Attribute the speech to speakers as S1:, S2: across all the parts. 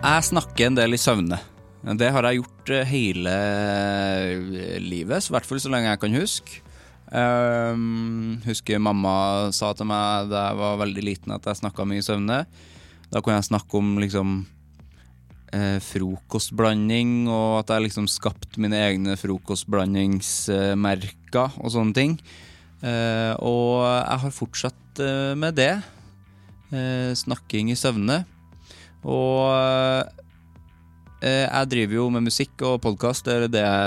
S1: Jeg snakker en del i søvne. Det har jeg gjort eh, hele eh, livet, så i hvert fall så lenge jeg kan huske. Ehm, husker mamma sa til meg da jeg var veldig liten at jeg snakka mye i søvne. Da kunne jeg snakke om liksom eh, frokostblanding, og at jeg liksom skapte mine egne frokostblandingsmerker og sånne ting. Eh, og jeg har fortsatt eh, med det. Eh, snakking i søvne. Og eh, jeg driver jo med musikk og podkast. Det er det jeg,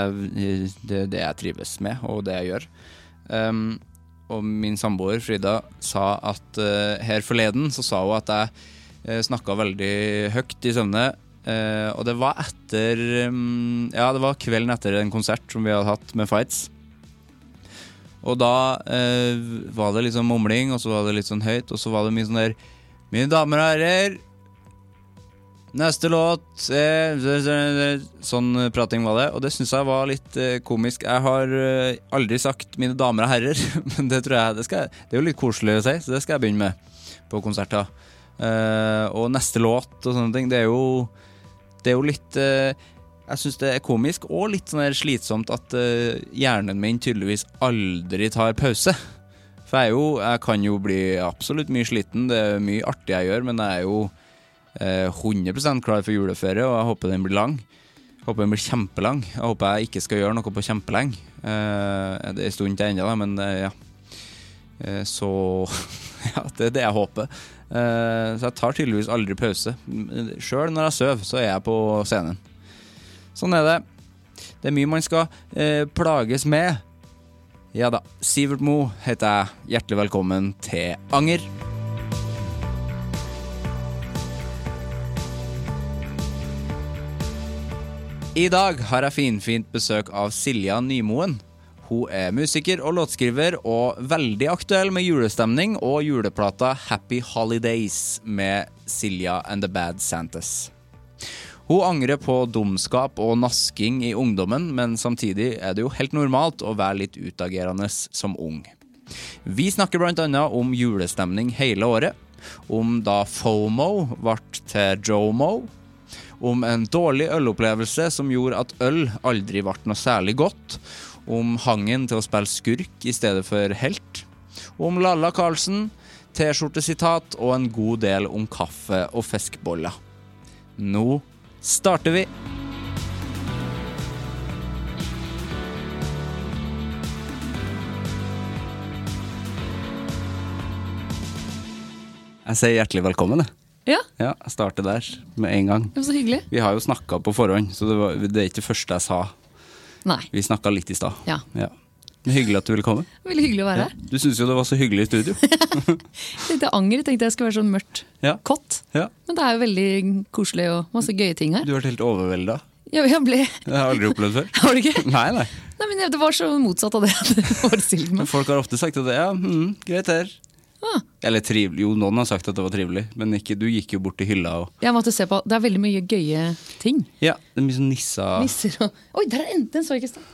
S1: det, er det jeg trives med, og det jeg gjør. Ehm, og min samboer Frida sa at eh, her forleden så sa hun at jeg uh, snakka veldig høyt i søvne. Eh, og det var etter mm, Ja, det var kvelden etter en konsert som vi hadde hatt med Fights. Og da eh, var det litt sånn mumling, og så var det litt sånn høyt, og så var det mye sånn der Mine damer og herrer, Neste låt eh, z- z- z- Sånn prating var det, og det syns jeg var litt eh, komisk. Jeg har eh, aldri sagt 'mine damer og herrer', men det tror jeg det, skal, jeg- det er jo litt koselig å si, så det skal jeg begynne med på konserter. Eh, og neste låt og sånne ting, det er jo Det er jo litt eh, Jeg syns det er komisk og litt sånn her slitsomt at eh, hjernen min tydeligvis aldri tar pause. For jeg er jo Jeg kan jo bli absolutt mye sliten, det er mye artig jeg gjør, men jeg er jo eh, 100 klar for juleferie, og jeg håper den blir lang. Jeg håper den blir kjempelang. Jeg håper jeg ikke skal gjøre noe på kjempelenge. Eh, det er en stund til ennå, da, men eh, ja. Eh, så Ja, det er det jeg håper. Eh, så jeg tar tydeligvis aldri pause. Sjøl når jeg sover, så er jeg på scenen. Sånn er det. Det er mye man skal eh, plages med. Ja da. Sivert Mo heter jeg. Hjertelig velkommen til Anger. I dag har jeg finfint besøk av Silja Nymoen. Hun er musiker og låtskriver, og veldig aktuell med julestemning og juleplata Happy Holidays med Silja and The Bad Santas. Hun angrer på dumskap og nasking i ungdommen, men samtidig er det jo helt normalt å være litt utagerende som ung. Vi snakker bl.a. om julestemning hele året, om da FOMO ble til JOMO, om en dårlig ølopplevelse som gjorde at øl aldri ble noe særlig godt, om hangen til å spille skurk i stedet for helt, om Lalla Karlsen, T-skjortesitat og en god del om kaffe og fiskeboller. Nå starter vi! Jeg sier hjertelig velkommen. jeg.
S2: Ja,
S1: Ja, jeg starter der med en gang.
S2: det var så hyggelig.
S1: Vi har jo snakka på forhånd, så det, var, det er ikke det første jeg sa.
S2: Nei,
S1: Vi snakka litt i stad.
S2: Ja.
S1: Men Hyggelig at du ville komme.
S2: veldig hyggelig å være her.
S1: Du syns jo det var så hyggelig i studio.
S2: Jeg tenkte anger, jeg tenkte jeg skulle være sånn mørkt
S1: Ja.
S2: kott.
S1: Ja.
S2: Men det er jo veldig koselig og masse gøye ting her.
S1: Du ble helt overvelda.
S2: Jeg, jeg ble...
S1: Det har jeg aldri opplevd før.
S2: Var det gøy?
S1: Nei, nei.
S2: Nei, men jeg- det var så motsatt av det jeg hadde forestilt
S1: Men
S2: meg. Ah,
S1: folk har ofte sagt at det, ja, mm, greit her. Eller trivelig. Jo, noen har sagt at det var trivelig, men ikke, du gikk jo bort til hylla og
S2: Jeg måtte se på, Det er veldig mye gøye ting.
S1: Ja, det er mye sånn nissa
S2: Nisser og Oi, der er en! Den så jeg ikke i stad.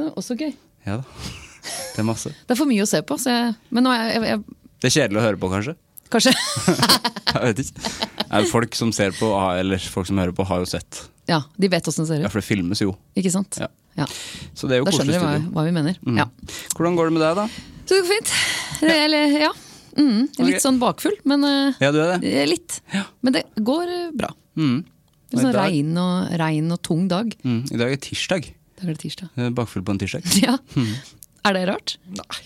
S2: Den er også gøy.
S1: Ja da. Det er masse.
S2: Det er for mye å se på, så jeg Men nå er jeg, jeg, jeg
S1: Det er kjedelig å høre på, kanskje?
S2: Kanskje.
S1: Jeg vet ikke. Nei, Folk som ser på, har- eller folk som hører på, har jo sett.
S2: Ja, de vet åssen det ser
S1: Ja,
S2: ut.
S1: For det filmes jo.
S2: Ikke sant?
S1: Ja.
S2: Ja.
S1: Så det er jo
S2: Da
S1: koselig
S2: skjønner de hva,
S1: studio.
S2: hva vi mener.
S1: Mm.
S2: Ja.
S1: Hvordan går det med deg, da?
S2: Så det går fint. Det, eller, ja. Mm, litt
S1: Ok.
S2: sånn bakfull, men eh,
S1: Ja, du er det?
S2: eh, litt. Men det går eh, bra.
S1: Mm.
S2: Det er
S1: Og i
S2: sånn
S1: dag-
S2: regn og, regn og tung dag.
S1: Mm. I dag er tirsdag.
S2: Da er det tirsdag.
S1: Eh, Bakfull på en tirsdag.
S2: Ja. Er det rart?
S1: Hmm. Nei.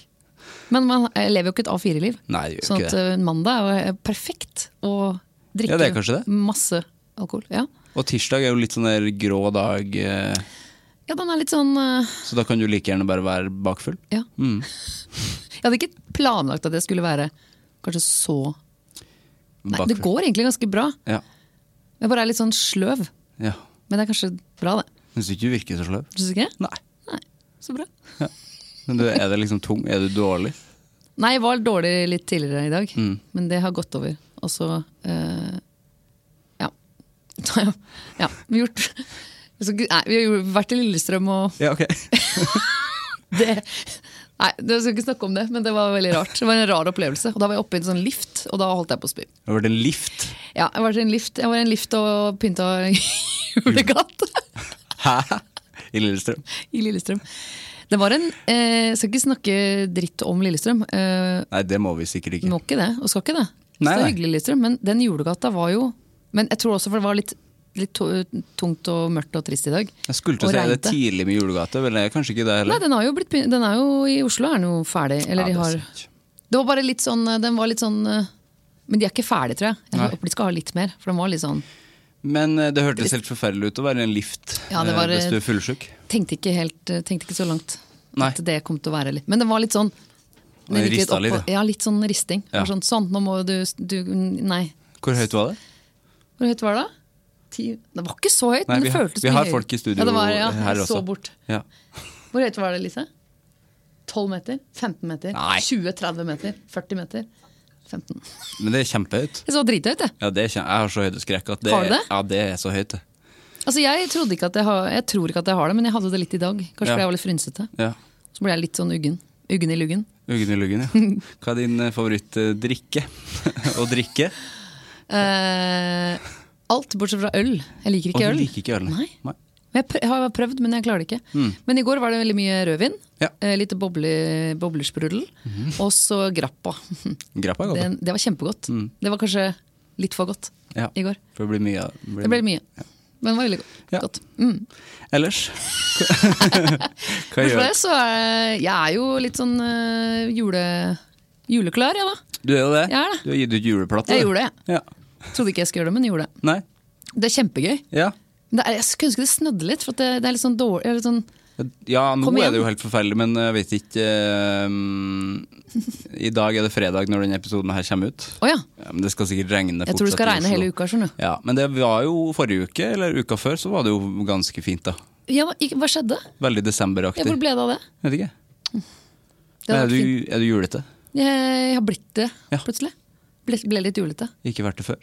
S2: Men man eh, lever jo ikke et A4-liv.
S1: Nei, det gjør
S2: Sånn
S1: ikke
S2: at
S1: det.
S2: eh, mandag er jo perfekt å drikke
S1: Ja, det er kanskje det.
S2: masse alkohol. Ja.
S1: Og tirsdag er jo litt sånn der grå dag, eh,
S2: ja, den er litt sånn eh,
S1: så da kan du like gjerne bare være bakfull.
S2: Ja. Jeg hadde ikke planlagt at jeg skulle være kanskje så Nei, det går egentlig ganske bra.
S1: Ja.
S2: Jeg bare er litt sånn sløv.
S1: ja.
S2: Men det er kanskje bra, det.
S1: Syns du ikke du virker så sløv?
S2: Syns du ikke?
S1: Nei.
S2: Nei, så bra.
S1: Men du, er det liksom tung? Er du dårlig?
S2: Nei, jeg var dårlig litt tidligere i dag, men det har gått over. Og så eh, ja. ja. Vi har gjort så, Nei, vi har gjort, vært i Lillestrøm og
S1: Ja, ok.
S2: det Nei, jeg skal ikke snakke om det, men det var veldig rart. Det var en rar opplevelse. Og da var jeg oppe i en sånn lift, og da holdt jeg på å spy.
S1: Har det vært en lift?
S2: Ja, jeg var i en lift, jeg var i en lift og pynta julegatt
S1: Hæ? I Lillestrøm?
S2: i Lillestrøm. Det var en eh, Skal ikke snakke dritt om Lillestrøm. Eh,
S1: Nei, det må vi sikkert ikke.
S2: Må ikke det, og skal ikke det.
S1: Nei,
S2: Så det er
S1: nei.
S2: hyggelig, Lillestrøm, men den julegata var jo Men jeg tror også for det var litt, litt to- tungt og mørkt og trist i dag.
S1: Jeg skulle til
S2: Og
S1: å si det
S2: regnte.
S1: tidlig med julegate, men det er kanskje ikke det
S2: Nei,
S1: heller.
S2: den, har jo blitt, begy- den er jo i Oslo, er den jo ferdig. Eller
S1: Ja,
S2: de har
S1: det er sant.
S2: Det var bare litt sånn eh, Den var litt sånn eh, Men de er ikke ferdig, tror jeg. Jeg
S1: Nei.
S2: håper de skal ha litt mer, for den var litt sånn
S1: Men eh, det hørtes helt forferdelig ut å være i en lift
S2: Ja, det
S1: eh,
S2: var,
S1: hvis du
S2: eh,
S1: er fullsjuk.
S2: Tenkte ikke helt eh, Tenkte ikke så langt
S1: Nei.
S2: at det kom til å være litt Men den var litt sånn den
S1: den
S2: gikk
S1: rista litt,
S2: opp og- Ja, litt sånn risting. Det var
S1: Ja.
S2: Sånn, sånn, nå må du, du Nei.
S1: Hvor høyt var det?
S2: Hvor høyt var det? da? Ti? Det var ikke så høyt,
S1: Nei,
S2: men
S1: vi
S2: det
S1: har-
S2: føltes
S1: vi
S2: mye
S1: har
S2: høyere.
S1: folk i studio
S2: ja, det var, ja,
S1: her
S2: jeg
S1: også.
S2: Så bort.
S1: Ja.
S2: Hvor høyt var det, Lise? 12 meter? 15 meter?
S1: Nei.
S2: 20-30 meter? 40 meter? 15.
S1: Men det er kjempehøyt.
S2: Jeg så drithøyt, jeg.
S1: Ja, det er kjem... Jeg har så høydeskrekk at det,
S2: Har du det?
S1: Ja, det er så høyt, det.
S2: Altså, jeg, trodde ikke at jeg, har, jeg tror ikke at jeg har det, men jeg hadde det litt i dag.
S1: Ja.
S2: Kanskje fordi jeg var litt frynsete.
S1: Ja.
S2: Så ble jeg litt sånn uggen. Uggen i luggen.
S1: Uggen i luggen, ja. Hva er din eh, favorittdrikke å drikke?
S2: Eh, alt bortsett fra øl. Jeg liker
S1: Og
S2: ikke
S1: du
S2: øl.
S1: liker ikke øl?
S2: Nei. Men Jeg, prø- jeg har prøvd, men jeg klarer det ikke. Men i går var det veldig mye rødvin.
S1: Ja. Mhm.
S2: eh, Litt boble, boblesprudel. Og så grappa.
S1: Grappa er godt. da.
S2: Det, det var kjempegodt.
S1: Mm.
S2: Det var kanskje litt for godt
S1: Ja.
S2: i går.
S1: For det blir mye. av-
S2: Det ble mye. Men det var veldig godt.
S1: Ja.
S2: godt. Mm.
S1: Ellers? Hva
S2: Bortsett fra
S1: gjør
S2: det, så er jeg er jo litt sånn eh, jule, juleklar, jeg da.
S1: du? er jo det.
S2: Jeg er det.
S1: Du har gitt ut juleplate.
S2: Jeg
S1: du.
S2: gjorde det.
S1: Ja.
S2: Trodde ikke jeg skulle gjøre det, men gjorde det.
S1: Nei?
S2: Det er kjempegøy.
S1: Ja.
S2: Men Det er, jeg skulle ønske det snødde litt, for at det, det er litt sånn dårlig eller sånn,
S1: Ja, nå
S2: Kom igjen.
S1: er det jo helt forferdelig, men jeg vet ikke eh, I dag er det fredag når denne episoden her kommer ut.
S2: Å ja.
S1: Ja, men det skal sikkert regne
S2: Jeg tror det skal
S1: fortsatt i
S2: regne
S1: Oslo.
S2: hele uka, skjønner du.
S1: Ja, Men det var jo forrige uke, eller uka før, så var det jo ganske fint, da.
S2: Ja, hva- ikke- hva skjedde?
S1: Veldig
S2: Ja,
S1: desemberaktig.
S2: hvor ble det av det?
S1: Vet ikke.
S2: Det hadde
S1: er,
S2: vært fint.
S1: du, er du julete?
S2: Jeg har blitt det,
S1: Ja.
S2: plutselig. Ble, ble litt julete.
S1: Ikke vært det før?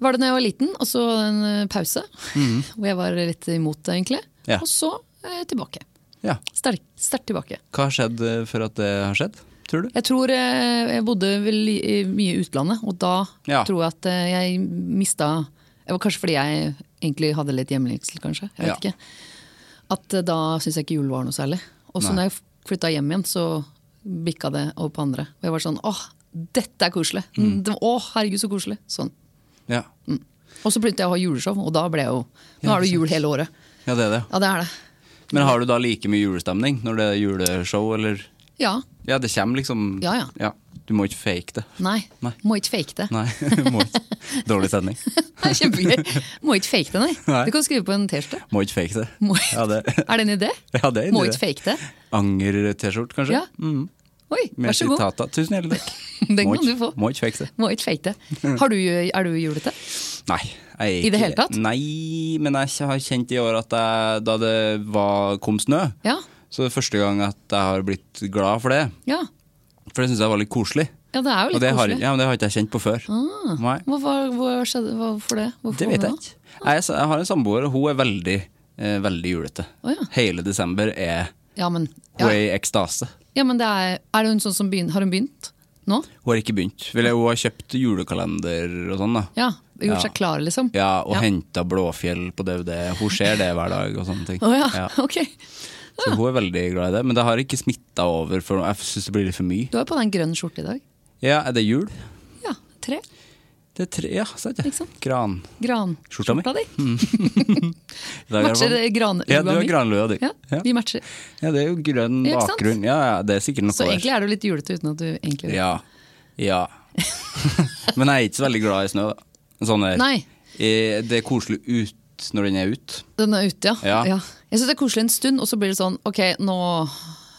S2: Var det da jeg var liten, og så en eh, pause. Hvor jeg var litt imot det, egentlig.
S1: Mhm. Ja.
S2: Og så eh, tilbake.
S1: Ja.
S2: Sterkt sterkt tilbake.
S1: Hva har skjedd eh, for at det har skjedd, tror du?
S2: Jeg tror eh, jeg bodde vel i, i mye i utlandet, og da
S1: Ja.
S2: tror jeg at eh, jeg mista det var Kanskje fordi jeg egentlig hadde litt hjemlengsel, kanskje. Jeg vet
S1: Ja.
S2: ikke. At eh, da syns jeg ikke jul var noe særlig. Og så
S1: Nei.
S2: når jeg flytta hjem igjen, så bikka det over på andre. Og jeg var sånn åh, dette er koselig!
S1: Mm.
S2: Det var- Å, herregud, så koselig! Sånn.
S1: Ja,
S2: Og så begynte jeg å ha juleshow, og da ble jeg jo Nå er det jul hele året.
S1: ja det er det.
S2: Ja, det er det.
S1: Men har du da like mye julestemning når det er juleshow, eller?
S2: Ja.
S1: Ja, det kommer liksom
S2: Ja, ja.
S1: Du må ikke fake det.
S2: Nei.
S1: Nei.
S2: Må ikke fake det.
S1: Nei, må ikke. Dårlig stemning.
S2: Det er kjempegøy. Må ikke fake det, nei.
S1: Nei.
S2: Du kan skrive på en T-skjorte.
S1: Må ikke fake det.
S2: Må-
S1: Ja, det.
S2: Er det en idé?
S1: Ja, det er en
S2: Må
S1: idé.
S2: ikke fake det.
S1: Anger-T-skjorte, kanskje? Mm,
S2: Ja. Oi,
S1: Med
S2: vær så god.
S1: sitater. Tusen hjertelig takk.
S2: Den
S1: Må
S2: kan du
S1: ikke-
S2: få.
S1: Må ikke fake det.
S2: Må ikke fake det. Har du, er du julete?
S1: Nei. Jeg er
S2: I det
S1: ikke-
S2: hele tatt?
S1: Nei, men jeg har kjent i år at jeg, da det var, kom snø,
S2: Ja.
S1: så det er første gang at jeg har blitt glad for det.
S2: Ja.
S1: For det syns jeg var litt koselig.
S2: Ja, det er jo
S1: Og
S2: litt
S1: det har,
S2: koselig. Ah.
S1: ja, men det har ikke jeg kjent på før. Nei,
S2: Hva, hva, hva skjedde, hvorfor det? Hvorfor
S1: det
S2: var
S1: vet jeg
S2: nå?
S1: ikke. Nei, altså, Jeg, s- jeg har en samboer, og hun er veldig, eh, veldig julete.
S2: Å, ja.
S1: Hele desember er
S2: Ja, men,
S1: hun
S2: ja.
S1: er i ekstase.
S2: Ja, men det er, er det hun sånn som begynner, har hun begynt nå?
S1: Hun har ikke begynt. Vil jeg, hun har kjøpt julekalender og sånn, da.
S2: Ja, gjort
S1: Ja.
S2: seg klar liksom?
S1: Ja, og
S2: Ja.
S1: henta Blåfjell på DVD. Hun ser det hver dag og sånne ting.
S2: Å ja,
S1: Ja.
S2: ok.
S1: Så hun er veldig glad i det. Men det har ikke smitta over, for jeg syns det blir litt for mye.
S2: Du har jo på deg en grønn skjorte i dag.
S1: Ja, er det jul?
S2: Ja, tre.
S1: Det er tre, ja, sant det.
S2: Ikke sant?
S1: Gran. Skjorta
S2: Granskjorta
S1: mi. Mm.
S2: di.
S1: I dag er
S2: Matcher
S1: det-
S2: det granlua
S1: Ja, du har
S2: mi?
S1: granlua di.
S2: Ja,
S1: Ja.
S2: vi matcher.
S1: Ja, det er jo grønn
S2: Ja, ikke sant?
S1: bakgrunn. Ja, ja, det er sikkert noe
S2: Så
S1: der.
S2: egentlig er du litt julete uten at du egentlig
S1: Ja. ja. Men jeg er ikke så veldig glad i snø, da. Sånn der.
S2: Nei.
S1: Eh, Det er koselig ut når den er ut.
S2: Den er ute, ja.
S1: Ja.
S2: Jeg syns det er koselig en stund, og så blir det sånn ok, nå,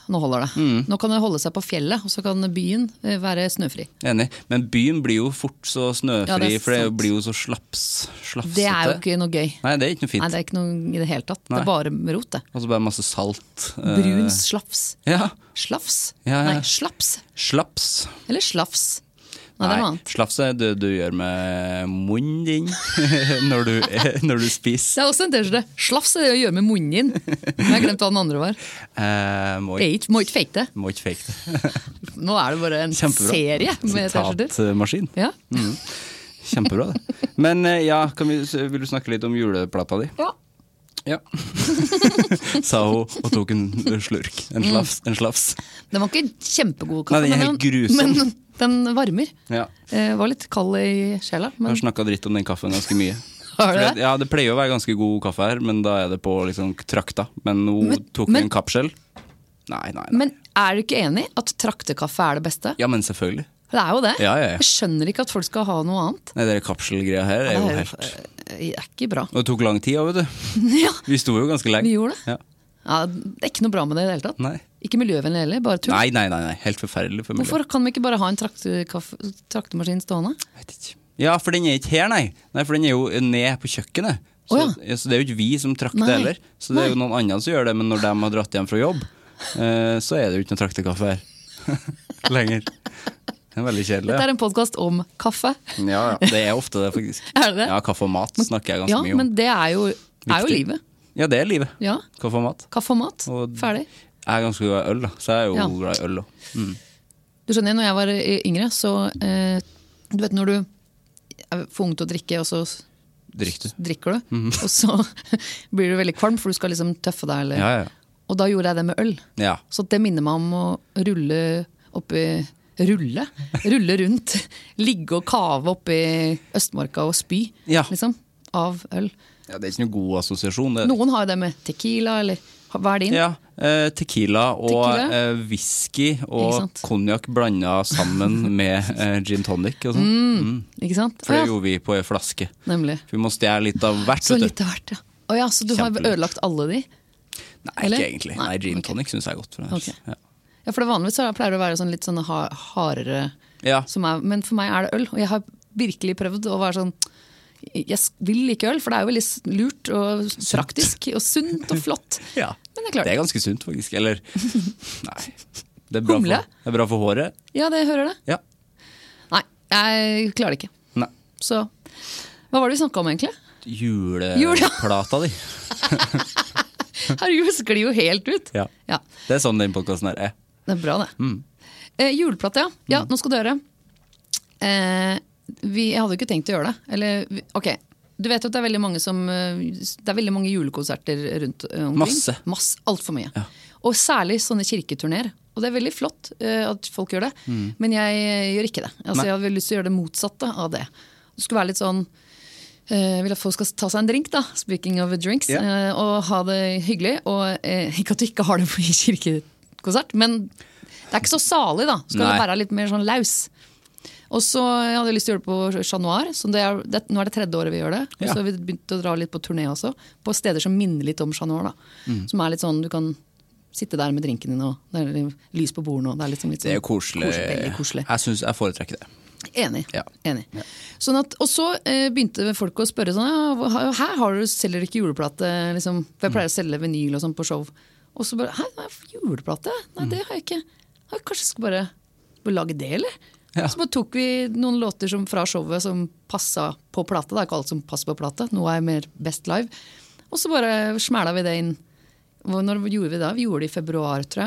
S2: nå holder det.
S1: Mm.
S2: Nå kan det holde seg på fjellet, og så kan byen eh, være snøfri.
S1: Enig. Men byen blir jo fort så snøfri,
S2: Ja, det er
S1: for det
S2: sant.
S1: blir jo så slaps, slafsete.
S2: Det er jo ikke noe gøy.
S1: Nei, det er ikke noe
S2: Nei,
S1: fint.
S2: det er ikke noe i det hele tatt. Det
S1: Nei.
S2: er bare rot, det.
S1: Og så bare masse salt. eh,
S2: Brun slafs.
S1: Ja.
S2: Slafs?
S1: Ja, ja.
S2: Nei, slaps.
S1: Slaps.
S2: Eller slafs. Nei, det er noe annet.
S1: slaps er det du gjør med munnen din når du, eh, når du spiser.
S2: Det er også en T-skjorte. Slafs er det å gjøre med munnen din. Men jeg glemte hva den andre var.
S1: Eh, må
S2: Jeg
S1: ikke-
S2: er ikke- må ikke fake det.
S1: må ikke fake det.
S2: Nå er det bare en
S1: Kjempebra. Mm.
S2: serie med T-skjorter.
S1: Sitatmaskin.
S2: Ja.
S1: Kjempebra, det. Men eh, ja, kan vi, vil du snakke litt om juleplata di?
S2: ja.
S1: Ja. Sa hun og tok en slurk. En
S2: Mm.
S1: slafs. En slafs.
S2: Den var ikke kjempegod kaffe,
S1: Nei, den er
S2: men
S1: helt grusom.
S2: men den varmer.
S1: Ja.
S2: Eh, var litt kald i sjela,
S1: Jeg
S2: men
S1: har snakka dritt om den kaffen ganske mye.
S2: Har du det?
S1: For Ja, det pleier å være ganske god kaffe her, men da er det på liksom trakta. Men nå
S2: Men-
S1: tok
S2: men-
S1: vi en kapsel. Nei, nei, nei.
S2: Men er du ikke enig at traktekaffe er det beste?
S1: Ja, men selvfølgelig.
S2: Det er jo det.
S1: Ja, ja, ja.
S2: Jeg skjønner ikke at folk skal ha noe annet.
S1: Nei, det kapselgreia her er jo
S2: det,
S1: helt
S2: er, jo- eh, er ikke bra.
S1: Og det tok lang tid òg, vet du.
S2: ja.
S1: Vi sto jo ganske lenge.
S2: Vi gjorde det.
S1: Ja.
S2: Ja, det er ikke noe bra med det i det hele tatt.
S1: Nei.
S2: Ikke miljøvennlig heller, bare tull.
S1: Nei, nei, nei, nei. Helt forferdelig for miljøet.
S2: Hvorfor kan vi ikke bare ha en traktekaffe- traktemaskin stående?
S1: Vet ikke. Ja, for den er ikke her, nei. nei for den er jo ned på kjøkkenet. Så,
S2: Å,
S1: ja, så det er jo ikke vi som trakter
S2: Nei.
S1: heller. Så det er jo noen andre som gjør det, men når de har dratt hjem fra jobb, eh, så er det jo ikke noe traktekaffe her. Lenger. Det er veldig kjedelig.
S2: Dette
S1: Ja.
S2: er en podkast om kaffe.
S1: Ja, ja, det er ofte det, faktisk.
S2: Er det det?
S1: Ja, Kaffe og mat snakker jeg ganske
S2: Ja,
S1: mye om.
S2: men det er jo, er jo
S1: Viktig.
S2: livet.
S1: Ja, det er livet.
S2: Ja.
S1: Kaffe og mat.
S2: Kaffe og mat.
S1: Og-
S2: Ferdig.
S1: Jeg er ganske glad i øl, da. så jeg er jo
S2: Ja.
S1: glad i øl òg.
S2: Du skjønner, når jeg var eh, yngre, så eh, Du vet når du er for ung til å drikke, og så s-
S1: Drikk du.
S2: drikker du.
S1: Mhm.
S2: Og så blir du veldig kvalm, for du skal liksom tøffe deg. Eller.
S1: Ja, ja.
S2: Og da gjorde jeg det med øl.
S1: ja.
S2: Så det minner meg om å rulle oppi Rulle? Rulle rundt. Ligge og kave oppi Østmarka og spy,
S1: Ja.
S2: liksom. Av øl.
S1: ja. Det er ikke noe god assosiasjon, det.
S2: Noen har jo det med tequila, eller hva er din?
S1: Ja, eh, tequila og
S2: Tequila.
S1: eh, whisky
S2: Ikke
S1: og
S2: sant.
S1: konjakk blanda sammen med eh, gin tonic og sånn.
S2: Ikke sant?
S1: For det
S2: Å Mm, ja,
S1: gjorde vi på ei flaske.
S2: Nemlig.
S1: Vi må stjele litt av hvert.
S2: Så
S1: vet du.
S2: litt av hvert, ja. Å ja, så du har
S1: Kjempelurt.
S2: ødelagt alle de?
S1: Nei,
S2: eller?
S1: ikke egentlig. Nei,
S2: Nei,
S1: gin
S2: ok.
S1: tonic syns jeg er godt. For det.
S2: Ok.
S1: Ja.
S2: Ja, for det vanligvis så pleier det å være sånn litt sånne ha- hardere
S1: Ja.
S2: som er, Men for meg er det øl, og jeg har virkelig prøvd å være sånn Jeg s- vil ikke øl, for det er jo veldig s- lurt og praktisk og sunt og flott.
S1: Ja.
S2: Men det er klart.
S1: Det er ganske sunt, faktisk. Eller nei. Det er bra, for,
S2: Humle?
S1: det er bra for håret.
S2: Ja, det hører det.
S1: Ja.
S2: Nei, jeg klarer det ikke.
S1: Nei.
S2: Så hva var det vi snakka om, egentlig? Jul, ja.
S1: Juleplata di.
S2: Herregud, sklir jo helt ut.
S1: Ja.
S2: ja.
S1: Det er sånn den podkasten her er.
S2: Det er bra, det.
S1: Mm.
S2: Eh, juleplate, ja. Ja, nå skal du høre. Eh, vi, jeg hadde jo ikke tenkt å gjøre det. Eller, vi- ok. Du vet jo at det er veldig mange, som, eh, det er veldig mange julekonserter rundt eh, omkring.
S1: Masse.
S2: Masse, Altfor mye. Og særlig sånne kirketurneer. Og det er veldig flott eh, at folk gjør det, men jeg eh, gjør ikke det. Altså,
S1: Mm. Nei.
S2: jeg hadde veldig lyst til å gjøre det motsatte av det. Det skulle være litt sånn Eh, vil at folk skal ta seg en drink, da. Speaking of drinks.
S1: Ja.
S2: eh, og ha det hyggelig. Og eh, ikke at du ikke har det på i kirkekonsert, men det er ikke så salig, da. Skal
S1: Nei.
S2: det være litt mer sånn laus. Og så hadde jeg lyst til å gjøre det på Chat Noir. Så det er, det, nå er det tredje året vi gjør det. Og
S1: Ja.
S2: så har vi begynt å dra litt på turné også. På steder som minner litt om Chat Noir. Da.
S1: Mm.
S2: Som er litt sånn du kan sitte der med drinken din, og det er lys på bordene. Og det er liksom litt sånn
S1: Det er jo koselig.
S2: veldig koselig.
S1: Jeg syns jeg foretrekker det.
S2: Enig.
S1: Ja.
S2: enig. Sånn at, og så eh, begynte folk å spørre sånn ja, hva- Her har du, selger du ikke juleplate? Liksom, for jeg pleier
S1: Mm.
S2: å selge vinyl og sånn på show. Og
S1: Mm.
S2: så bare Hæ, nei, juleplate? Nei, det har jeg ikke. Ja, kanskje jeg skal bare, bare lage det, eller?
S1: Ja.
S2: Så bare tok vi noen låter som, fra showet som passa på plate. Det er ikke alt som passer på plate. Noe er mer best live. Og så bare smæla vi det inn. Hvor- Når gjorde vi det? Vi gjorde det i februar, tror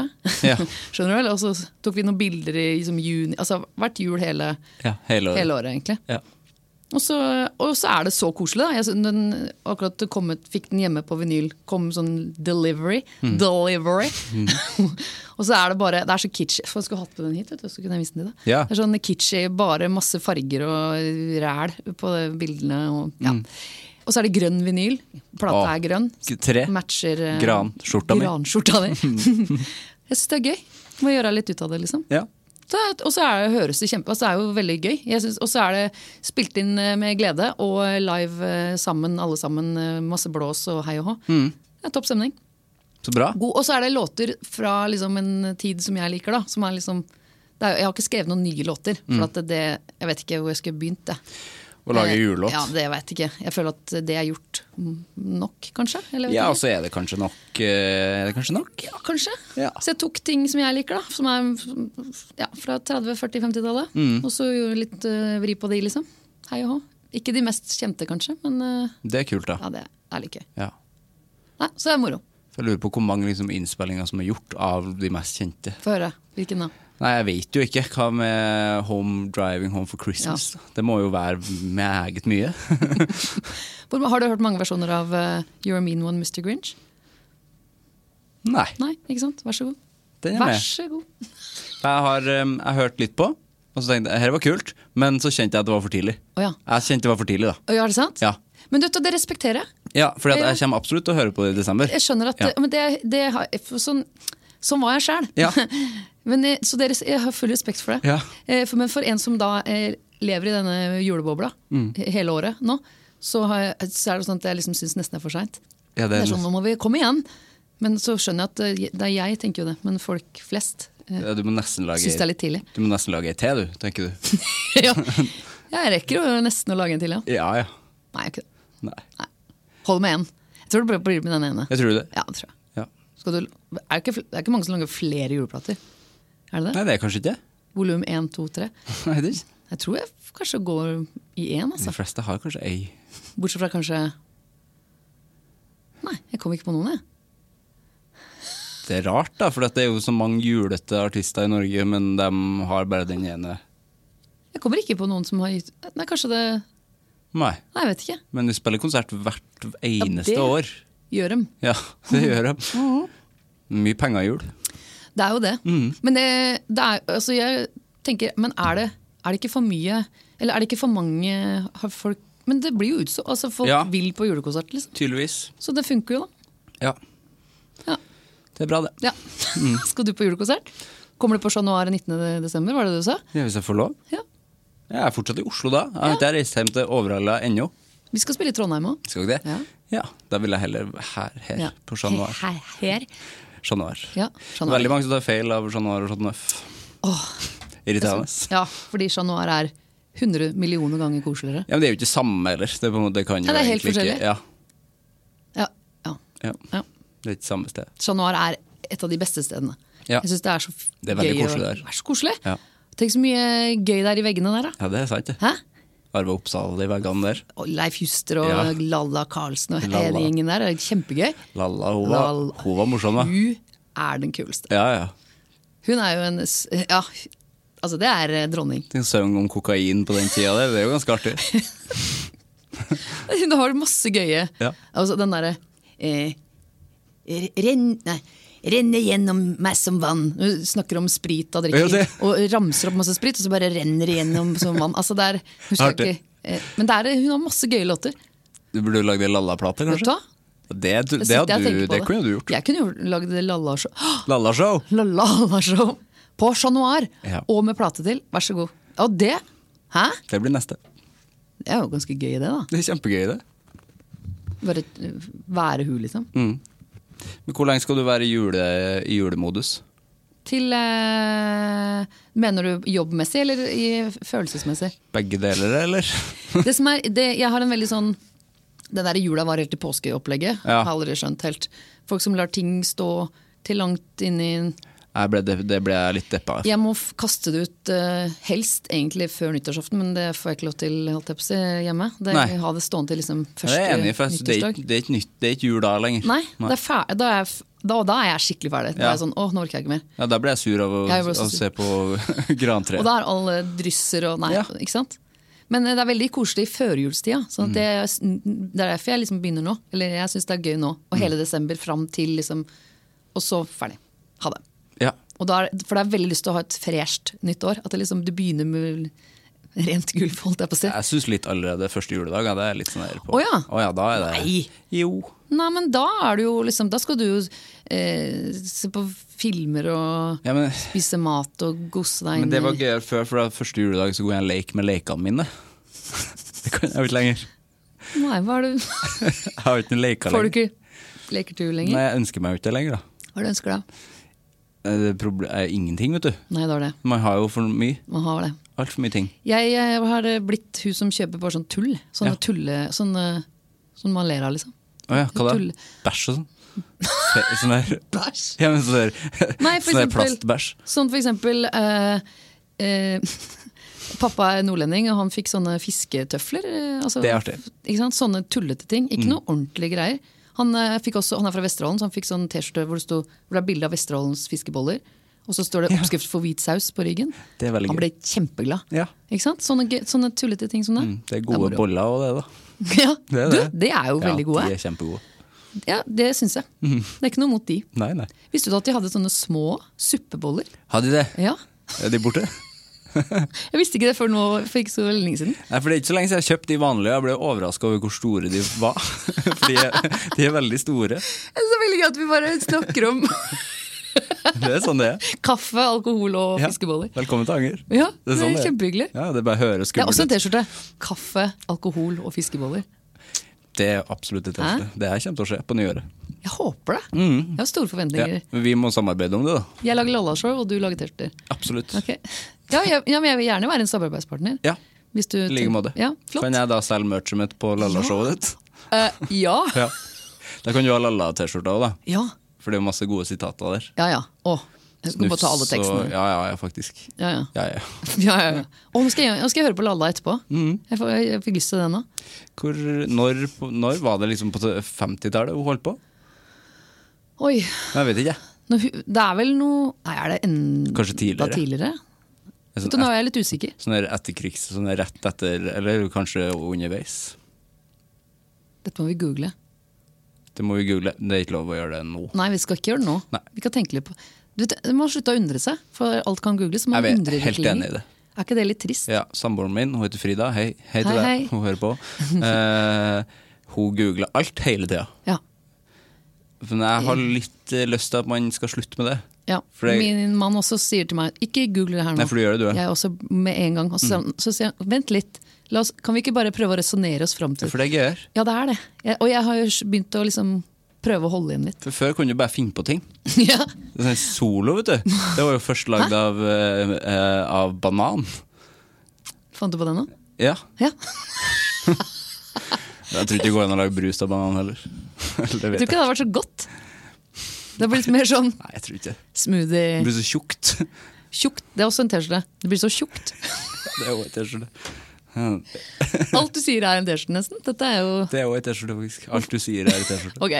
S1: Ja.
S2: jeg. Skjønner du? vel? Og så tok vi noen bilder i liksom, juni. Altså hvert jul hele,
S1: Ja, hele året.
S2: hele året, egentlig.
S1: Ja.
S2: Og så, og så er det så koselig. Da. Jeg, synes den, akkurat det kom ut- fikk den hjemme på vinyl. Kom sånn delivery.
S1: Mm.
S2: Delivery. og så er det bare Det er så kitschy. For jeg skulle hatt med den hit. Vet du, så kunne jeg vist den til deg.
S1: Ja.
S2: Det er sånn kitschy, bare masse farger og ræl på de bildene. Og, ja. og så er det grønn vinyl. Plata
S1: Mm. Åh,
S2: er grønn.
S1: g- tre.
S2: Matcher eh,
S1: Granskjorta mi.
S2: granskjorta mi. jeg syns det er gøy. Må gjøre litt ut av det, liksom.
S1: Ja.
S2: Så er- Og så er det, høres det kjempe Og så er det jo veldig gøy. Jeg synes- Og så er det spilt inn eh, med glede og live eh, sammen, alle sammen. eh, Masse blås og hei og hå.
S1: Mm.
S2: Det er topp stemning.
S1: Så bra.
S2: God. Og så er det låter fra liksom en tid som jeg liker, da. Som er liksom det er, jeg har ikke skrevet noen nye låter. For at det, det, jeg vet ikke hvor jeg skulle begynt. Jeg.
S1: Mm. Å lage
S2: Eh,
S1: julelåt.
S2: Ja, det vet jeg ikke. Jeg føler at det er gjort mm, nok, kanskje. Eller jeg vet
S1: Ja,
S2: ikke.
S1: og så er det kanskje nok. eh, Er det kanskje nok?
S2: Ja, kanskje.
S1: Ja.
S2: Så jeg tok ting som jeg liker, da. Som er ja, fra 30-, 40-, 50-tallet.
S1: Mm.
S2: Og så gjorde jeg litt eh, vri på de, liksom. Hei og hå. Ikke de mest kjente, kanskje, men eh,
S1: Det er kult, da.
S2: ja, det er litt gøy.
S1: Ja.
S2: Nei, så det er moro.
S1: Så jeg lurer på hvor mange liksom, innspillinger som er gjort av de mest kjente.
S2: Få høre. Hvilken da?
S1: Nei, jeg vet jo ikke. Hva med Home Driving Home for Christmas? Det må jo være meget mye.
S2: Hvor- Har du hørt mange versjoner av eh, You're a Mean One, Mr. Grinch?
S1: Nei,
S2: Nei, ikke sant? Vær så god.
S1: den er
S2: Vær
S1: med.
S2: så god.
S1: Jeg har um, jeg hørt litt på, og så tenkte jeg her var kult, men så kjente jeg at det var for tidlig.
S2: Å ja.
S1: Jeg kjente det var for tidlig, da.
S2: Å, ja, er det sant?
S1: Ja.
S2: Men du, vet hva, det respekterer jeg.
S1: Ja, fordi at
S2: Ja.
S1: jeg kommer absolutt til å høre på det i desember.
S2: Jeg skjønner at
S1: Ja.
S2: men det, det, har- for sånn, sånn var jeg sjæl.
S1: Ja.
S2: Men, eh, så dere, jeg har full respekt for det.
S1: Ja.
S2: Eh, For, men for en som da eh, lever i denne julebobla
S1: Mm.
S2: he- hele året nå, så, har jeg, så er det sånn at jeg liksom syns nesten er for seint.
S1: Ja,
S2: Det
S1: det,
S2: er sånn, nå må vi komme igjen! Men så skjønner jeg at eh, det er jeg tenker jo det, men folk flest eh,
S1: ja, du må nesten lage
S2: syns det er litt tidlig.
S1: Du må nesten lage ei te, du, tenker du.
S2: ja. Jeg rekker jo nesten å lage en til, ja.
S1: Ja ja.
S2: Nei, jeg gjør ikke det.
S1: Nei.
S2: Hold med én. Jeg tror det bare blir med den ene.
S1: Jeg tror det.
S2: Ja, det tror jeg.
S1: Ja.
S2: Skal du, er det, ikke, fl- det er ikke mange som lager flere juleplater. Er det det?
S1: Nei, det er kanskje ikke det.
S2: Volum én, to, tre.
S1: Nei, det er ikke.
S2: Jeg tror jeg f- kanskje går i én, altså.
S1: De fleste har kanskje ei.
S2: Bortsett fra kanskje Nei, jeg kom ikke på noen, jeg.
S1: Det er rart, da, for det er jo så mange julete artister i Norge, men de har bare den ene.
S2: Jeg kommer ikke på noen som har gitt Nei, kanskje det
S1: Nei.
S2: Nei, jeg vet ikke.
S1: Men de spiller konsert hvert eneste
S2: det-
S1: år.
S2: Gjør dem.
S1: Ja, det gjør de. Mye penger i jul.
S2: Det er jo det.
S1: Mm.
S2: Men det, det er Altså, jeg tenker Men er det, er det ikke for mye Eller er det ikke for mange har folk Men det blir jo utsolgt. Altså, folk
S1: Ja.
S2: vil på julekonsert, liksom.
S1: Tydeligvis.
S2: Så det funker jo, da.
S1: Ja.
S2: Ja.
S1: Det er bra, det.
S2: ja.
S1: Mm.
S2: Skal du på julekonsert? Kommer du på Chat Noir 19. desember, var det det du sa?
S1: Ja, hvis jeg får lov.
S2: Ja.
S1: Jeg er fortsatt i Oslo da. Jeg har ikke reist hjem til Overhalla ennå.
S2: Vi skal spille i Trondheim òg.
S1: Skal ikke det?
S2: Ja.
S1: Da vil jeg heller her, her på Chat Noir.
S2: Her, her.
S1: Chat Noir.
S2: Ja, Chat Noir.
S1: Veldig mange som tar feil av Chat Noir og Chat Neuf. Irriterende.
S2: Ja, fordi Chat Noir er 100 millioner ganger koseligere.
S1: Ja, men det er jo ikke samme heller. Det, er på en måte, det kan jo
S2: Ja, det er helt
S1: egentlig
S2: forskjellig.
S1: ikke ja,
S2: Ja, ja,
S1: ja.
S2: ja.
S1: Det er ikke samme sted.
S2: Chat Noir er et av de beste stedene.
S1: Ja.
S2: Jeg syns det er så f-
S1: Det er veldig
S2: gøy å-
S1: koselig der.
S2: Det er så koselig.
S1: Ja.
S2: Tenk så mye gøy det er i veggene der, da.
S1: Ja, det er sant, det.
S2: Hæ?
S1: Arve Oppsal i veggene der.
S2: Og Leif Juster og
S1: Ja.
S2: Lalla Karlsen og
S1: Lalla.
S2: hele gjengen der. Det er kjempegøy.
S1: Lalla, hun var,
S2: Lalla.
S1: hun var morsom, da.
S2: Hun er den kuleste.
S1: Ja, ja.
S2: Hun er jo en s- Ja, altså det er eh, dronning.
S1: Tenk å synge om kokain på den tida der, det er jo ganske artig.
S2: Hun har masse gøye.
S1: Ja.
S2: Altså den derre eh, renn- nei, Renne gjennom meg som vann. Hun snakker om sprit og
S1: Ja,
S2: drikker.
S1: det.
S2: Og ramser opp masse sprit, og så bare renner det gjennom som vann. Altså det er, hun skal
S1: Artig.
S2: ikke, eh, men det er, hun har masse gøye låter.
S1: Du burde jo lagd ei Lalla-plate,
S2: Vet du
S1: kanskje?
S2: hva?
S1: Det, du-
S2: Nå
S1: det,
S2: sitter
S1: hadde
S2: jeg og
S1: du,
S2: tenker på
S1: det kunne du gjort.
S2: Jeg kunne jo lagd Lalla-show.
S1: Lalla-show!
S2: Lalla-show på Chat Noir!
S1: Ja.
S2: Og med plate til. Vær så god. Og det Hæ?
S1: Det blir neste.
S2: Det er jo ganske gøy, det, da.
S1: Det er kjempegøy, det.
S2: Bare eh, være hun, liksom.
S1: Mm. Men hvor lenge skal du være i, jule, i julemodus?
S2: Til eh, Mener du jobbmessig eller i følelsesmessig?
S1: Begge deler, eller?
S2: Det som er, det, jeg har en veldig sånn Det der jula var helt til påskeopplegget.
S1: Ja.
S2: Har aldri skjønt helt. Folk som lar ting stå til langt inni
S1: Jeg ble, det, det ble jeg litt deppa av.
S2: Jeg må f- kaste det ut eh, helst egentlig før nyttårsaften, men det får jeg ikke lov til holdt jeg på å si, hjemme. Det,
S1: Nei.
S2: jeg har det stående til liksom,
S1: Jeg
S2: første
S1: er enig, for jeg- det er,
S2: nyttårsdag.
S1: ikke- det, er ikke nytt, det er ikke jul da lenger.
S2: Nei, det er fer- da, er jeg, f- da, da er jeg skikkelig ferdig. Da
S1: Ja.
S2: er jeg sånn, åh, nå orker jeg ikke mer.
S1: Ja, da ble jeg sur av å,
S2: Jeg ble også
S1: å
S2: sur.
S1: se på grantreet.
S2: Og da er alle drysser og nei,
S1: Ja.
S2: ikke sant? Men eh, det er veldig koselig i førjulstida. sånn Så
S1: Mm.
S2: det, det er derfor jeg liksom begynner nå. Eller jeg syns det er gøy nå. Og
S1: Mm.
S2: hele desember fram til liksom Og så ferdig. Ha det.
S1: Ja.
S2: Og da er, for da har jeg veldig lyst til å ha et fresht nytt år. At det liksom, du begynner med rent gulv, holdt jeg på å si.
S1: Jeg syns litt allerede første juledag ja, det er litt sånn der på.
S2: Å ja.
S1: da er det
S2: Nei.
S1: Jo.
S2: Nei, men da er du jo liksom Da skal du jo eh, se på filmer og
S1: Ja, men,
S2: spise mat og gosse deg inn
S1: men det var
S2: i
S1: gøyere før, for da første juledag så går jeg en leik med lekene mine. Det kan jeg jo ikke lenger.
S2: Nei, hva er det
S1: Jeg har jo ikke noen leker
S2: Får du
S1: lenger.
S2: ikke leker du lenger?
S1: Nei, jeg ønsker meg jo ikke det lenger, da. Eh,
S2: Hva er det du ønsker deg?
S1: Det er proble- er ingenting, vet du.
S2: Nei, det var det.
S1: Man har jo for mye.
S2: Man har det.
S1: Altfor mye ting.
S2: Jeg, jeg har blitt hun som kjøper bare sånn tull. Sånne
S1: Ja.
S2: tulle Sånn eh, sånn man ler av, liksom.
S1: Å ja, hva da?
S2: Tull.
S1: Bæsj og sånn? Se- Sånn der,
S2: Bæsj!
S1: ja, men sånn der,
S2: Nei, for
S1: sånn der
S2: eksempel-
S1: plastbæsj.
S2: Sånn for eksempel eh, eh, Pappa er nordlending, og han fikk sånne fisketøfler. eh, altså,
S1: Det er artig. Mm.
S2: Ikke sant? Sånne tullete ting. Ikke noe ordentlige greier. Han, eh, fikk også, han er fra Vesterålen, så han fikk sånn T-skjorte hvor, det sto- hvor det er bilde av Vesterålens fiskeboller. Og så står det
S1: Ja.
S2: oppskrift for hvit saus på ryggen.
S1: Det er veldig
S2: Han
S1: gøy.
S2: ble kjempeglad.
S1: Ja.
S2: Ikke sant? Sånne, gøy- sånne tullete ting som det.
S1: Mm, Det er gode
S2: moro.
S1: boller og det, da.
S2: Ja,
S1: Det er
S2: du,
S1: det.
S2: det er jo veldig gode.
S1: Ja, de er Mhm. kjempegode.
S2: Ja, Det syns jeg. Det er ikke noe mot de.
S1: Nei, nei.
S2: Visste du at de hadde sånne små suppeboller?
S1: Har de det?
S2: Ja.
S1: Er de borte?
S2: Jeg visste ikke det før nå, for ikke så lenge siden.
S1: Nei, for Det er ikke så lenge siden jeg kjøpte de vanlige. og Jeg ble overraska over hvor store de var. For de er, de er veldig store.
S2: Jeg synes det er veldig gøy at vi bare snakker om
S1: Det er sånn det er.
S2: kaffe, alkohol og
S1: Ja.
S2: fiskeboller.
S1: Velkommen til Anger.
S2: Ja, det er,
S1: sånn det er.
S2: kjempehyggelig.
S1: Ja, det er bare å høre
S2: Det er også en
S1: skummelt. ut.
S2: T-skjorte. Kaffe, alkohol og fiskeboller.
S1: Det er absolutt det tøffeste. Det her kommer til å skje på nyåret.
S2: Jeg håper det. Jeg har store
S1: Mm. Ja.
S2: forventninger.
S1: Men vi må samarbeide om det, da.
S2: Jeg lager lollashow, og du lager T-skjorter.
S1: Absolutt.
S2: Ok. Ja, jeg, ja, men jeg vil gjerne være en samarbeidspartner.
S1: Ja.
S2: Hvis du
S1: I like måte.
S2: Ja, flott.
S1: Kan jeg da selge merchet mitt på Lalla-showet ditt?
S2: Eh, ja.
S1: Ja. Da kan du ha Lalla-T-skjorta òg, da.
S2: ja.
S1: For det er jo masse gode sitater der.
S2: Ja, ja. Å, jeg skal bare ta alle
S1: Nufs og-
S2: tekstene.
S1: Ja, ja, ja, faktisk.
S2: Ja, ja.
S1: Ja, ja.
S2: ja, ja, ja. Å, nå, skal jeg, nå skal jeg høre på Lalla etterpå.
S1: Mm.
S2: Jeg, får, jeg fikk lyst til det nå.
S1: Hvor, når, på- når var det liksom på 50-tallet hun holdt på?
S2: Oi,
S1: Jeg vet ikke, jeg.
S2: nå, hu- det er vel noe Nei, er det enda
S1: Kanskje tidligere.
S2: tidligere?
S1: En
S2: Vet du,
S1: Sånn,
S2: nå
S1: et,
S2: er jeg litt usikker.
S1: sånn der etterkrigs, sånn der rett etter, eller kanskje underveis.
S2: Dette må vi google.
S1: Det må vi google. Det er ikke lov å gjøre det nå.
S2: Nei, vi skal ikke gjøre det nå.
S1: Nei.
S2: Vi kan tenke litt på du, vet, Man må slutte å undre seg, for alt kan googles. så Man
S1: Jeg vet,
S2: undrer
S1: helt
S2: ikke lenger.
S1: enig i det.
S2: Er ikke det litt trist?
S1: Ja, Samboeren min, hun heter Frida. Hei, hei til
S2: Hei, hei.
S1: deg, hun hører på. Eh, hun googler alt hele tida.
S2: Ja.
S1: Men jeg har litt eh, lyst til at man skal slutte med det.
S2: ja.
S1: For det-
S2: Min mann også sier til meg ikke google det her nå.
S1: Nei, for du gjør det, du, ja.
S2: Jeg også med en gang. Og så, så sier han vent litt, La oss, kan vi ikke bare prøve å resonnere oss fram til
S1: For det er gøyere.
S2: Ja, det er det. Jeg, og jeg har jo s- begynt å liksom prøve å holde igjen litt.
S1: For før kunne du bare finne på ting.
S2: ja.
S1: Det er sånn Solo, vet du. Det var jo først lagd av, eh, eh, av banan.
S2: Fant du på det nå?
S1: Ja.
S2: Ja.
S1: Jeg tror ikke det går an å lage brus av banan heller. Eller det
S2: Jeg
S1: vet jeg.
S2: tror ikke det hadde vært så godt. Det blir litt mer sånn
S1: Nei, jeg tror ikke det.
S2: smoothie.
S1: Det blir så tjukt.
S2: Tjukt. Det er også en T-skjorte. Det blir så tjukt.
S1: Det er jo et T-skjorte.
S2: Alt du sier er en T-skjorte, nesten. Dette er jo
S1: Det er jo et T-skjorte, faktisk. Alt du sier, er et T-skjorte.
S2: Ok.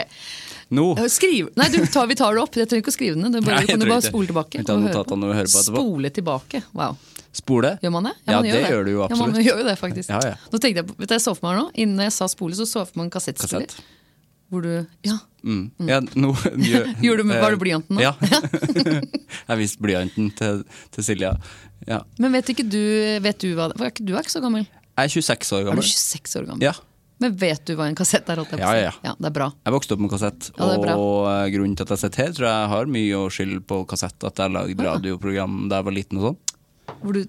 S1: Nå
S2: Skriv Nei, du, tar, vi tar det opp. Jeg trenger ikke å skrive den. ned. Du bare,
S1: Nei, jeg
S2: kan du
S1: tror ikke
S2: bare
S1: det.
S2: spole tilbake.
S1: Vi tar
S2: og høre
S1: notatene
S2: på.
S1: og hører på etterpå.
S2: Spole tilbake. Wow.
S1: spole.
S2: Gjør man det?
S1: Ja,
S2: man
S1: det gjør du jo
S2: Ja,
S1: absolutt.
S2: man gjør jo det, faktisk.
S1: Ja, ja.
S2: Nå tenkte jeg, på- vet du, jeg så for meg nå, Innen jeg sa spole, så så jeg for meg en kassettspiller.
S1: Kassett.
S2: Hvor du Ja.
S1: Mm. Ja, nå, gjør,
S2: Gjorde du med- var det
S1: eh,
S2: blyanten nå?
S1: Ja. jeg viste blyanten til, til Silja. Ja.
S2: Men vet ikke du, vet du hva det for er? ikke- Du er ikke så gammel.
S1: Jeg er 26 år
S2: Er du
S1: gammel.
S2: 26 år gammel?
S1: Ja.
S2: Men vet du hva en kassett er? Holdt jeg på å
S1: Ja,
S2: si?
S1: ja, ja.
S2: ja, det er bra.
S1: Jeg vokste opp med kassett,
S2: Ja, det er
S1: og
S2: bra.
S1: eh, grunnen til at jeg sitter her, tror jeg har mye å skylde på kassett. At jeg lagde radioprogram da jeg var liten og sånn.
S2: Hvor du,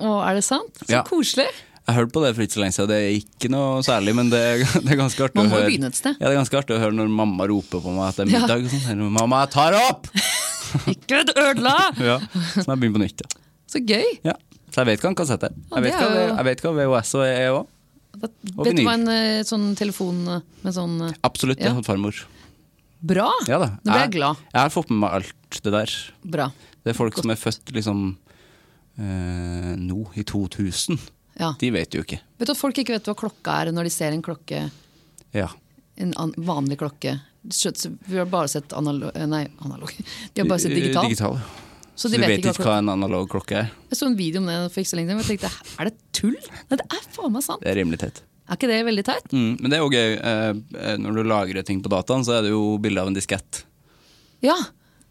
S2: å, er det sant? Så
S1: Ja.
S2: koselig!
S1: Jeg hørte på det for ikke så lenge siden, det er ikke noe særlig, men det, er- det er ganske artig
S2: Man
S1: å høre.
S2: må jo begynne et sted.
S1: Ja, det er ganske artig å høre når mamma roper på meg at det er
S2: Ja.
S1: middag. og sånn. Eller, Mamma, jeg tar opp!
S2: Ikke ødela!
S1: Ja. Så må jeg begynne på nytt. Ja.
S2: Så gøy!
S1: Ja. Så jeg vet hva en kassett er.
S2: Ja,
S1: Jeg vet,
S2: det er
S1: hva,
S2: jo-
S1: jeg vet hva VHS og E er òg.
S2: Da,
S1: Og
S2: vet du
S1: vinyl.
S2: hva en eh, sånn telefon eh, med sånn eh,
S1: Absolutt, det
S2: Ja.
S1: hadde farmor.
S2: Bra!
S1: Ja da.
S2: Nå ble jeg glad.
S1: Jeg har fått med meg alt det der.
S2: Bra.
S1: Det er folk som er født liksom eh, nå, i 2000.
S2: Ja.
S1: De vet jo ikke.
S2: Vet du at folk ikke vet hva klokka er når de ser en klokke,
S1: Ja.
S2: en an vanlig klokke? Skjøt- så Vi har bare sett analog... Nei, analog. De har bare sett
S1: Eh,
S2: digital.
S1: Digital.
S2: Så
S1: Så
S2: de vet ikke hva klokka
S1: hva en analog klokke er.
S2: Jeg så en video om det for ikke så lenge siden, og jeg tenkte er det tull? Nei, det er faen meg sant.
S1: Det er rimelig tett.
S2: Er ikke det veldig teit?
S1: Mm, men det er jo gøy. eh, når du lagrer ting på dataen, så er det jo bilde av en diskett.
S2: Ja.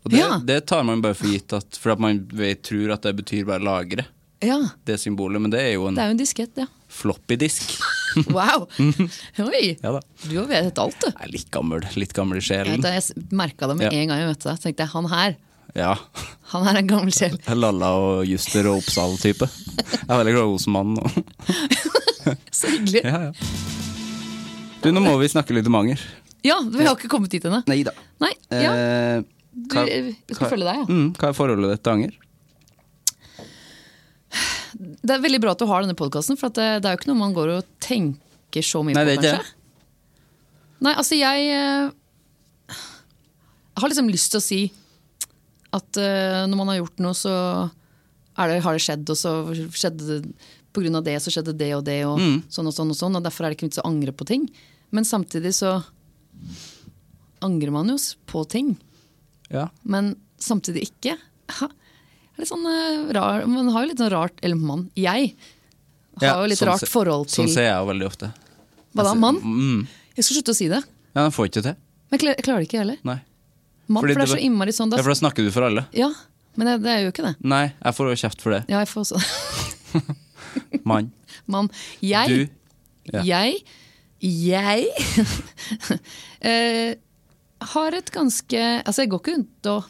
S1: Og det,
S2: ja.
S1: det tar man bare for gitt, at, for at man vet, tror at det betyr bare lagre,
S2: ja.
S1: det symbolet. Men det er jo en
S2: Det er jo en diskett, ja.
S1: floppy disk.
S2: Wow! Oi!
S1: Mm. Ja da.
S2: Du har vet alt, du.
S1: Jeg er litt gammel, litt gammel i
S2: Jeg,
S1: sjelen.
S2: vet, det, jeg merka det med
S1: Ja.
S2: en gang jeg møtte deg. Så tenkte jeg, Han her
S1: Ja.
S2: han her er en gammel sjel.
S1: Lalla og Juster og Oppsal-type. Jeg er veldig glad i Osman. og-
S2: Så hyggelig. Ja,
S1: Ja, ja. Du, nå må vi snakke litt om anger.
S2: Vi har ikke kommet dit ennå.
S1: Nei da.
S2: Nei, ja.
S1: Eh,
S2: Du, jeg skal følge deg, ja.
S1: Mm, hva er forholdet ditt til anger?
S2: Det er veldig bra at du har denne podkasten, for at eh, det, det er jo ikke noe man går og tenker så mye
S1: Nei,
S2: på,
S1: det er ikke det.
S2: kanskje. Nei, altså jeg eh, har liksom lyst til å si at eh, når man har gjort noe, så er det, har det skjedd, og så skjedde det på grunn av det, så skjedde det og det, og
S1: Mm.
S2: sånn og sånn og sånn, og derfor er det ikke vits å angre på ting. Men samtidig så angrer man jo s- på ting
S1: Ja.
S2: men samtidig ikke. Ha, Det er litt sånn eh, rar, Man har jo litt sånn rart Eller mann. Jeg har
S1: Ja,
S2: jo litt
S1: sånn
S2: rart
S1: se-
S2: forhold til
S1: Sånn ser jeg jo veldig ofte.
S2: Hva da,
S1: altså,
S2: mann?
S1: mm.
S2: Jeg skal slutte å si det.
S1: Ja, den får ikke til.
S2: Men jeg klarer, jeg klarer det ikke heller.
S1: Nei.
S2: Mann,
S1: Fordi
S2: for det er
S1: det
S2: så
S1: var-
S2: innmari sånn.
S1: Ja,
S2: Da,
S1: for da snakker du for alle.
S2: ja, men det, det er jo ikke det.
S1: Nei, jeg får jo kjeft for det.
S2: Ja, jeg får sånn.
S1: Mann.
S2: Mann. Jeg,
S1: Du. ja.
S2: jeg, jeg eh, har et ganske Altså, jeg går ikke rundt og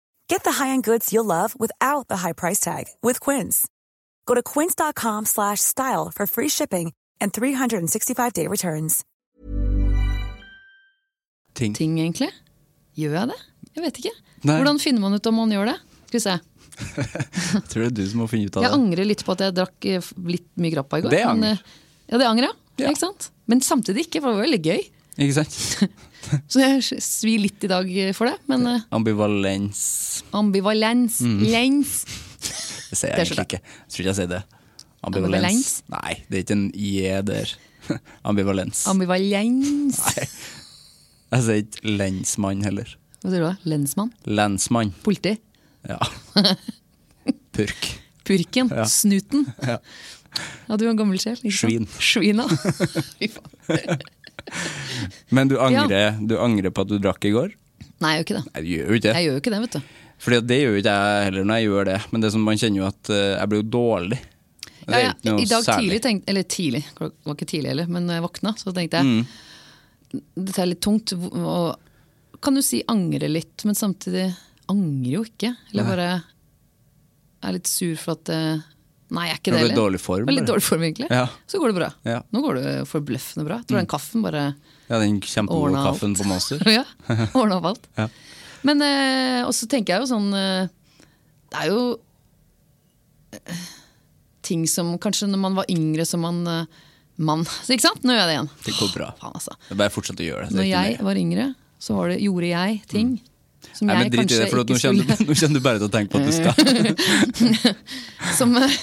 S3: Get the high-end goods you'll love without the high price tag with Quince. Go to quince.com slash style for free shipping and 365-day returns.
S1: Ting.
S2: ting, egentlig. Gjør jeg det? Jeg vet ikke.
S1: Nei.
S2: Hvordan finner man ut om man gjør det? Skal vi se.
S1: Jeg tror det er du som må finne ut av
S2: Jeg
S1: det.
S2: angrer litt på at jeg drakk eh, f- litt mye grappa i går.
S1: Det er
S2: men,
S1: anger.
S2: eh, Ja, det angrer jeg.
S1: Ja.
S2: Ikke sant? Men samtidig ikke, for det var veldig gøy.
S1: Ikke sant?
S2: Så jeg s- svir litt i dag eh, for det. Men eh,
S1: Ambivalens.
S2: ambivalens,
S1: Mm.
S2: lens
S1: Det sier
S2: Det
S1: jeg egentlig
S2: skjønner
S1: ikke. Jeg tror ikke jeg sier det.
S2: Ambivalens?
S1: Nei, det er ikke en j der. Ambivalens.
S2: Ambivalens.
S1: Jeg sier ikke lensmann heller.
S2: Hva sier du da? Lensmann?
S1: Lensmann.
S2: Politi?
S1: Ja. Purk.
S2: Purken?
S1: Ja.
S2: Snuten?
S1: Ja.
S2: Ja, du er en gammel sjel. ikke
S1: Svin.
S2: sant? Svina. Fy faen.
S1: Men du angrer, du angrer på at du drakk i går?
S2: Nei, jeg gjør ikke det.
S1: Nei, du gjør jo ikke det.
S2: Jeg gjør jo ikke det, vet du.
S1: Fordi at det gjør jo ikke jeg heller når jeg gjør det. Men det som man kjenner jo at eh, jeg blir jo dårlig. Og det er
S2: Ja,
S1: ikke
S2: ja.
S1: noe
S2: I dag
S1: særlig.
S2: tidlig tenkte Eller tidlig, det var ikke tidlig heller, men når jeg våkna, så tenkte
S1: Mm.
S2: jeg dette er litt tungt. Og kan du si angre litt, men samtidig angrer jo ikke. Eller bare er litt sur for at eh, Nei, jeg er
S1: Du
S2: ikke det
S1: er i
S2: heller.
S1: dårlig form,
S2: Jeg er Litt
S1: eller?
S2: dårlig form, egentlig.
S1: Ja.
S2: Så går det bra.
S1: Ja. Mm.
S2: Nå går det forbløffende bra. Jeg tror den kaffen bare
S1: Ja, den kjempegode
S2: Ordna alt.
S1: kaffen på Monster.
S2: ja, ordna opp alt.
S1: Ja.
S2: Men eh, også tenker jeg jo sånn eh, Det er jo eh, ting som kanskje når man var yngre som man eh, mann Så Ikke sant? Nå gjør jeg det igjen.
S1: Det går bra.
S2: Faen, altså.
S1: Det er bare fortsett å gjøre det. det
S2: Når
S1: er ikke
S2: jeg
S1: mer. Mm.
S2: var yngre, så var det, gjorde jeg ting som
S1: Nei,
S2: jeg
S1: men drit i
S2: kanskje
S1: det, for at nå
S2: ikke
S1: kjenner,
S2: skulle
S1: du, nå kjenner du bare til å tenke på at du skal.
S2: som, eh,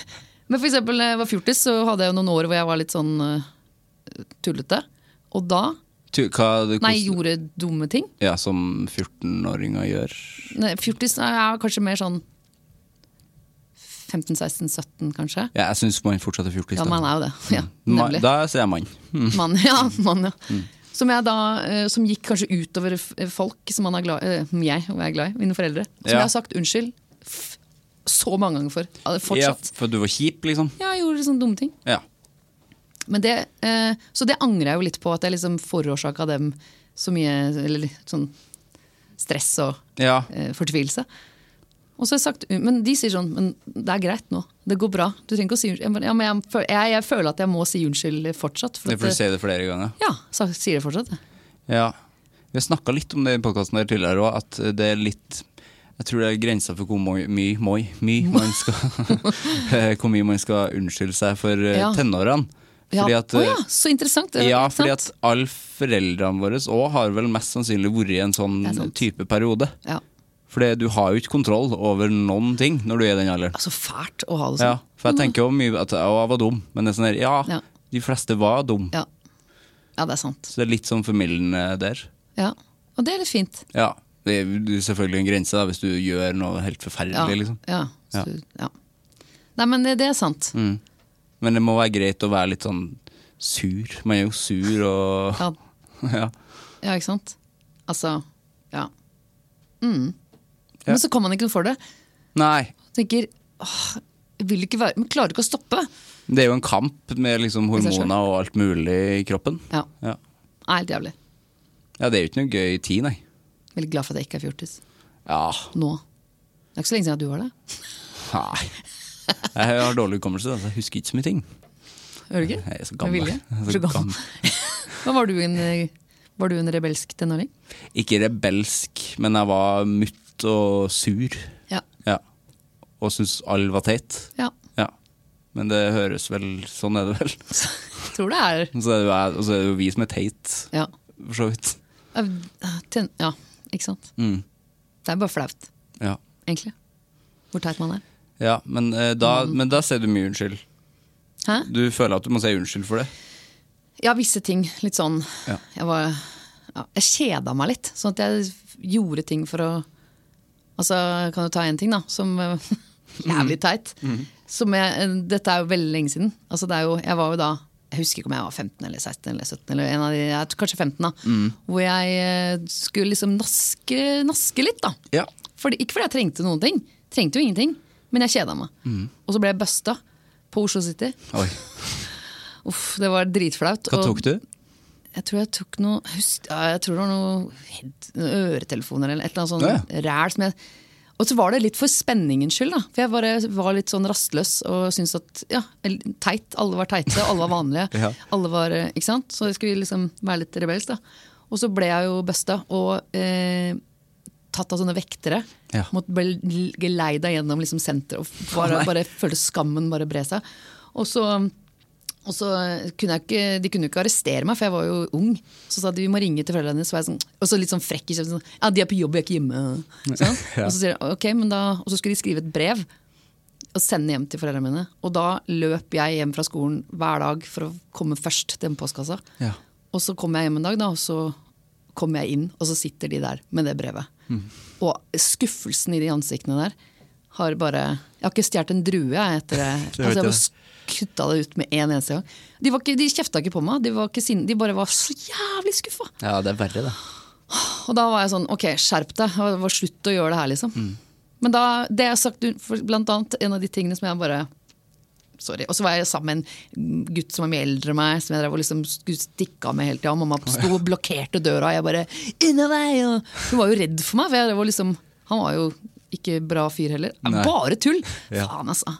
S2: Men for eksempel når jeg var fjortis, så hadde jeg jo noen år hvor jeg var litt sånn eh, tullete. Og da
S1: Tu- Hva, du,
S2: Nei,
S1: hvordan-
S2: gjorde dumme ting.
S1: Ja, som 14-åringer gjør.
S2: Nei, Fjortis er kanskje mer sånn 15-16-17, kanskje.
S1: Ja, jeg syns man fortsatt er fjortis.
S2: Ja,
S1: da. Mm.
S2: man er jo det. Ja,
S1: Ma-
S2: nemlig.
S1: Da Mm. sier jeg mann.
S2: Mann, ja. Mann, ja. Som, jeg da, eh, som gikk kanskje utover f- eh, folk som man er glad eh, Jeg og jeg er glad i, mine foreldre. Som
S1: Ja.
S2: jeg har sagt unnskyld f så mange ganger for. Ja, det er
S1: Ja,
S2: Fortsatt.
S1: for du var kjip, liksom.
S2: Ja, jeg gjorde sånne dumme ting.
S1: Ja.
S2: Men det, eh, så det angrer jeg jo litt på, at jeg liksom forårsaka dem så mye eller, litt sånn stress og
S1: Ja.
S2: eh, fortvilelse. Og så har jeg sagt, Men de sier sånn Men det er greit nå. Det går bra. Du trenger ikke å si unnskyld. Jeg, bare, ja, men jeg, føl- jeg, jeg føler at jeg må si unnskyld fortsatt.
S1: Det
S2: at
S1: er for
S2: det-
S1: du sier det flere ganger.
S2: Ja, så sier det fortsatt. det.
S1: Ja. Vi har snakka litt om det i podkasten tidligere òg, at det er litt Jeg tror det er grensa for hvor mye my, moi, my man skal eh, Hvor mye man skal unnskylde seg for eh,
S2: Ja.
S1: tenårene.
S2: Ja.
S1: Fordi at,
S2: Å
S1: eh,
S2: ja, så interessant. det er
S1: ja,
S2: ikke sant?
S1: fordi at alle foreldrene våre òg har vel mest sannsynlig vært i en sånn
S2: Det er sant.
S1: type periode.
S2: ja.
S1: For det- du har jo ikke kontroll over noen ting når du er i den alderen.
S2: Altså fælt å ha det
S1: Ja,
S2: sånn.
S1: for jeg tenker jo mye at å, jeg var dum, men det er sånn her, ja,
S2: Ja.
S1: de fleste var dum.
S2: Ja. ja, det er sant.
S1: Så det er litt sånn formildende der.
S2: Ja. Og det er litt fint.
S1: Ja, det er jo selvfølgelig en grense da, hvis du gjør noe helt forferdelig,
S2: Ja.
S1: liksom.
S2: Ja. Så,
S1: Ja. Mm.
S2: ja. Nei, men det, det er sant.
S1: Men det må være greit å være litt sånn sur. Man er jo sur og
S2: Ja,
S1: ja.
S2: ja, ikke sant? Altså, ja. Mm.
S1: Ja.
S2: Men så kan man ikke noe for det.
S1: Nei,
S2: Tenker, åh, jeg vil ikke være, men klarer ikke å stoppe.
S1: det er jo en kamp med liksom
S2: seg selv.
S1: hormoner og alt mulig i kroppen.
S2: Ja,
S1: Ja.
S2: er helt jævlig.
S1: ja, det er jo ikke noe gøy tid, nei.
S2: Veldig glad for at jeg ikke er fjortis.
S1: Ja,
S2: Nå. Det er ikke så lenge siden at du var det.
S1: nei. Jeg har dårlig hukommelse, altså. jeg husker ikke så mye ting.
S2: Gjør du ikke?
S1: Jeg er så
S2: Med
S1: gammel. Jeg
S2: vilje?
S1: er
S2: Så
S1: Så
S2: gammel.
S1: gammel.
S2: Men var du en, eh, var du en rebelsk tenåring?
S1: Ikke rebelsk, men jeg var mutt og sur.
S2: Ja.
S1: Ja. Og syntes alle var teit.
S2: ja.
S1: Ja. Men det høres vel Sånn er det vel.
S2: Tror det er
S1: Og så er det jo, jeg- og så er det jo vi som er teit,
S2: Ja.
S1: for så vidt.
S2: Eh, Ten, ja, ikke sant?
S1: Mm.
S2: Det er bare flaut,
S1: Ja.
S2: egentlig. Hvor teit man er.
S1: ja men, eh, da, men da sier du mye unnskyld.
S2: Hæ?
S1: Du føler at du må si unnskyld for det.
S2: Ja, visse ting. Litt sånn
S1: Ja.
S2: Jeg var ja, Jeg kjeda meg litt. Sånn at jeg gjorde ting for å Altså, kan du ta én ting, da, som eh, Jævlig teit.
S1: Mm.
S2: Som jeg, eh, dette er jo veldig lenge siden. Altså, det er jo, jeg var jo da jeg husker ikke om jeg var 15 eller 16 eller 17, eller en av de, jeg, tror kanskje 15. da
S1: Mm.
S2: Hvor jeg eh, skulle liksom naske, naske litt, da.
S1: Ja.
S2: Fordi, ikke fordi jeg trengte noen ting, trengte jo ingenting, men jeg kjeda meg.
S1: Mm.
S2: Og så ble jeg busta på Oslo City.
S1: Oi.
S2: Uff, det var dritflaut.
S1: Hva
S2: og-
S1: tok du?
S2: Jeg tror jeg tok noe husk, ja, Jeg tror det var noe head- noen øretelefoner eller et eller annet sånt
S1: Ja,
S2: ræl. som jeg- Og så var det litt for spenningens skyld, da. For jeg bare var litt sånn rastløs og syntes at ja, eller teit. Alle var teite, og alle var vanlige.
S1: Ja.
S2: Alle var, eh, ikke sant? Så jeg skulle liksom være litt rebelsk, da. Og så ble jeg jo busta og eh, tatt av sånne vektere.
S1: Ja.
S2: Måtte bli l- geleida gjennom liksom senteret og bare, bare følte skammen bare bre seg. Og så og så kunne jeg ikke, De kunne jo ikke arrestere meg, for jeg var jo ung. Så sa de vi må ringe til foreldrene dine. Så var jeg sånn, og så litt sånn frekk i kjeften. Sånn, ja, de er på jobb, jeg er ikke hjemme. Sånn. Og så sier jeg, ok, men da, og så skulle de skrive et brev og sende hjem til foreldrene mine. Og da løp jeg hjem fra skolen hver dag for å komme først til den postkassa.
S1: Ja.
S2: Og så kom jeg hjem en dag, da, og så kom jeg inn, og så sitter de der med det brevet.
S1: Mhm.
S2: Og skuffelsen i de ansiktene der har bare Jeg har ikke stjålet en drue, jeg, etter det.
S1: Det
S2: altså,
S1: vet jeg.
S2: jeg bare kutta det ut med en eneste gang. De, var ikke, de kjefta ikke på meg, de, var ikke sinne, de bare var så jævlig skuffa.
S1: Ja, det er verre, det.
S2: Og da var jeg sånn, ok, skjerp deg, og det var slutt å gjøre det her, liksom.
S1: Mm.
S2: Men da, det jeg har sagt, for blant annet en av de tingene som jeg bare Sorry. Og så var jeg sammen med en gutt som var mye eldre enn meg, som jeg drev og liksom skulle stikke av med hele tida. Mamma sto og blokkerte døra, og jeg bare Unna deg! Og hun var jo redd for meg, for jeg drev og liksom Han var jo ikke bra fyr heller.
S1: Nei.
S2: Bare tull!
S1: Ja.
S2: Faen, altså.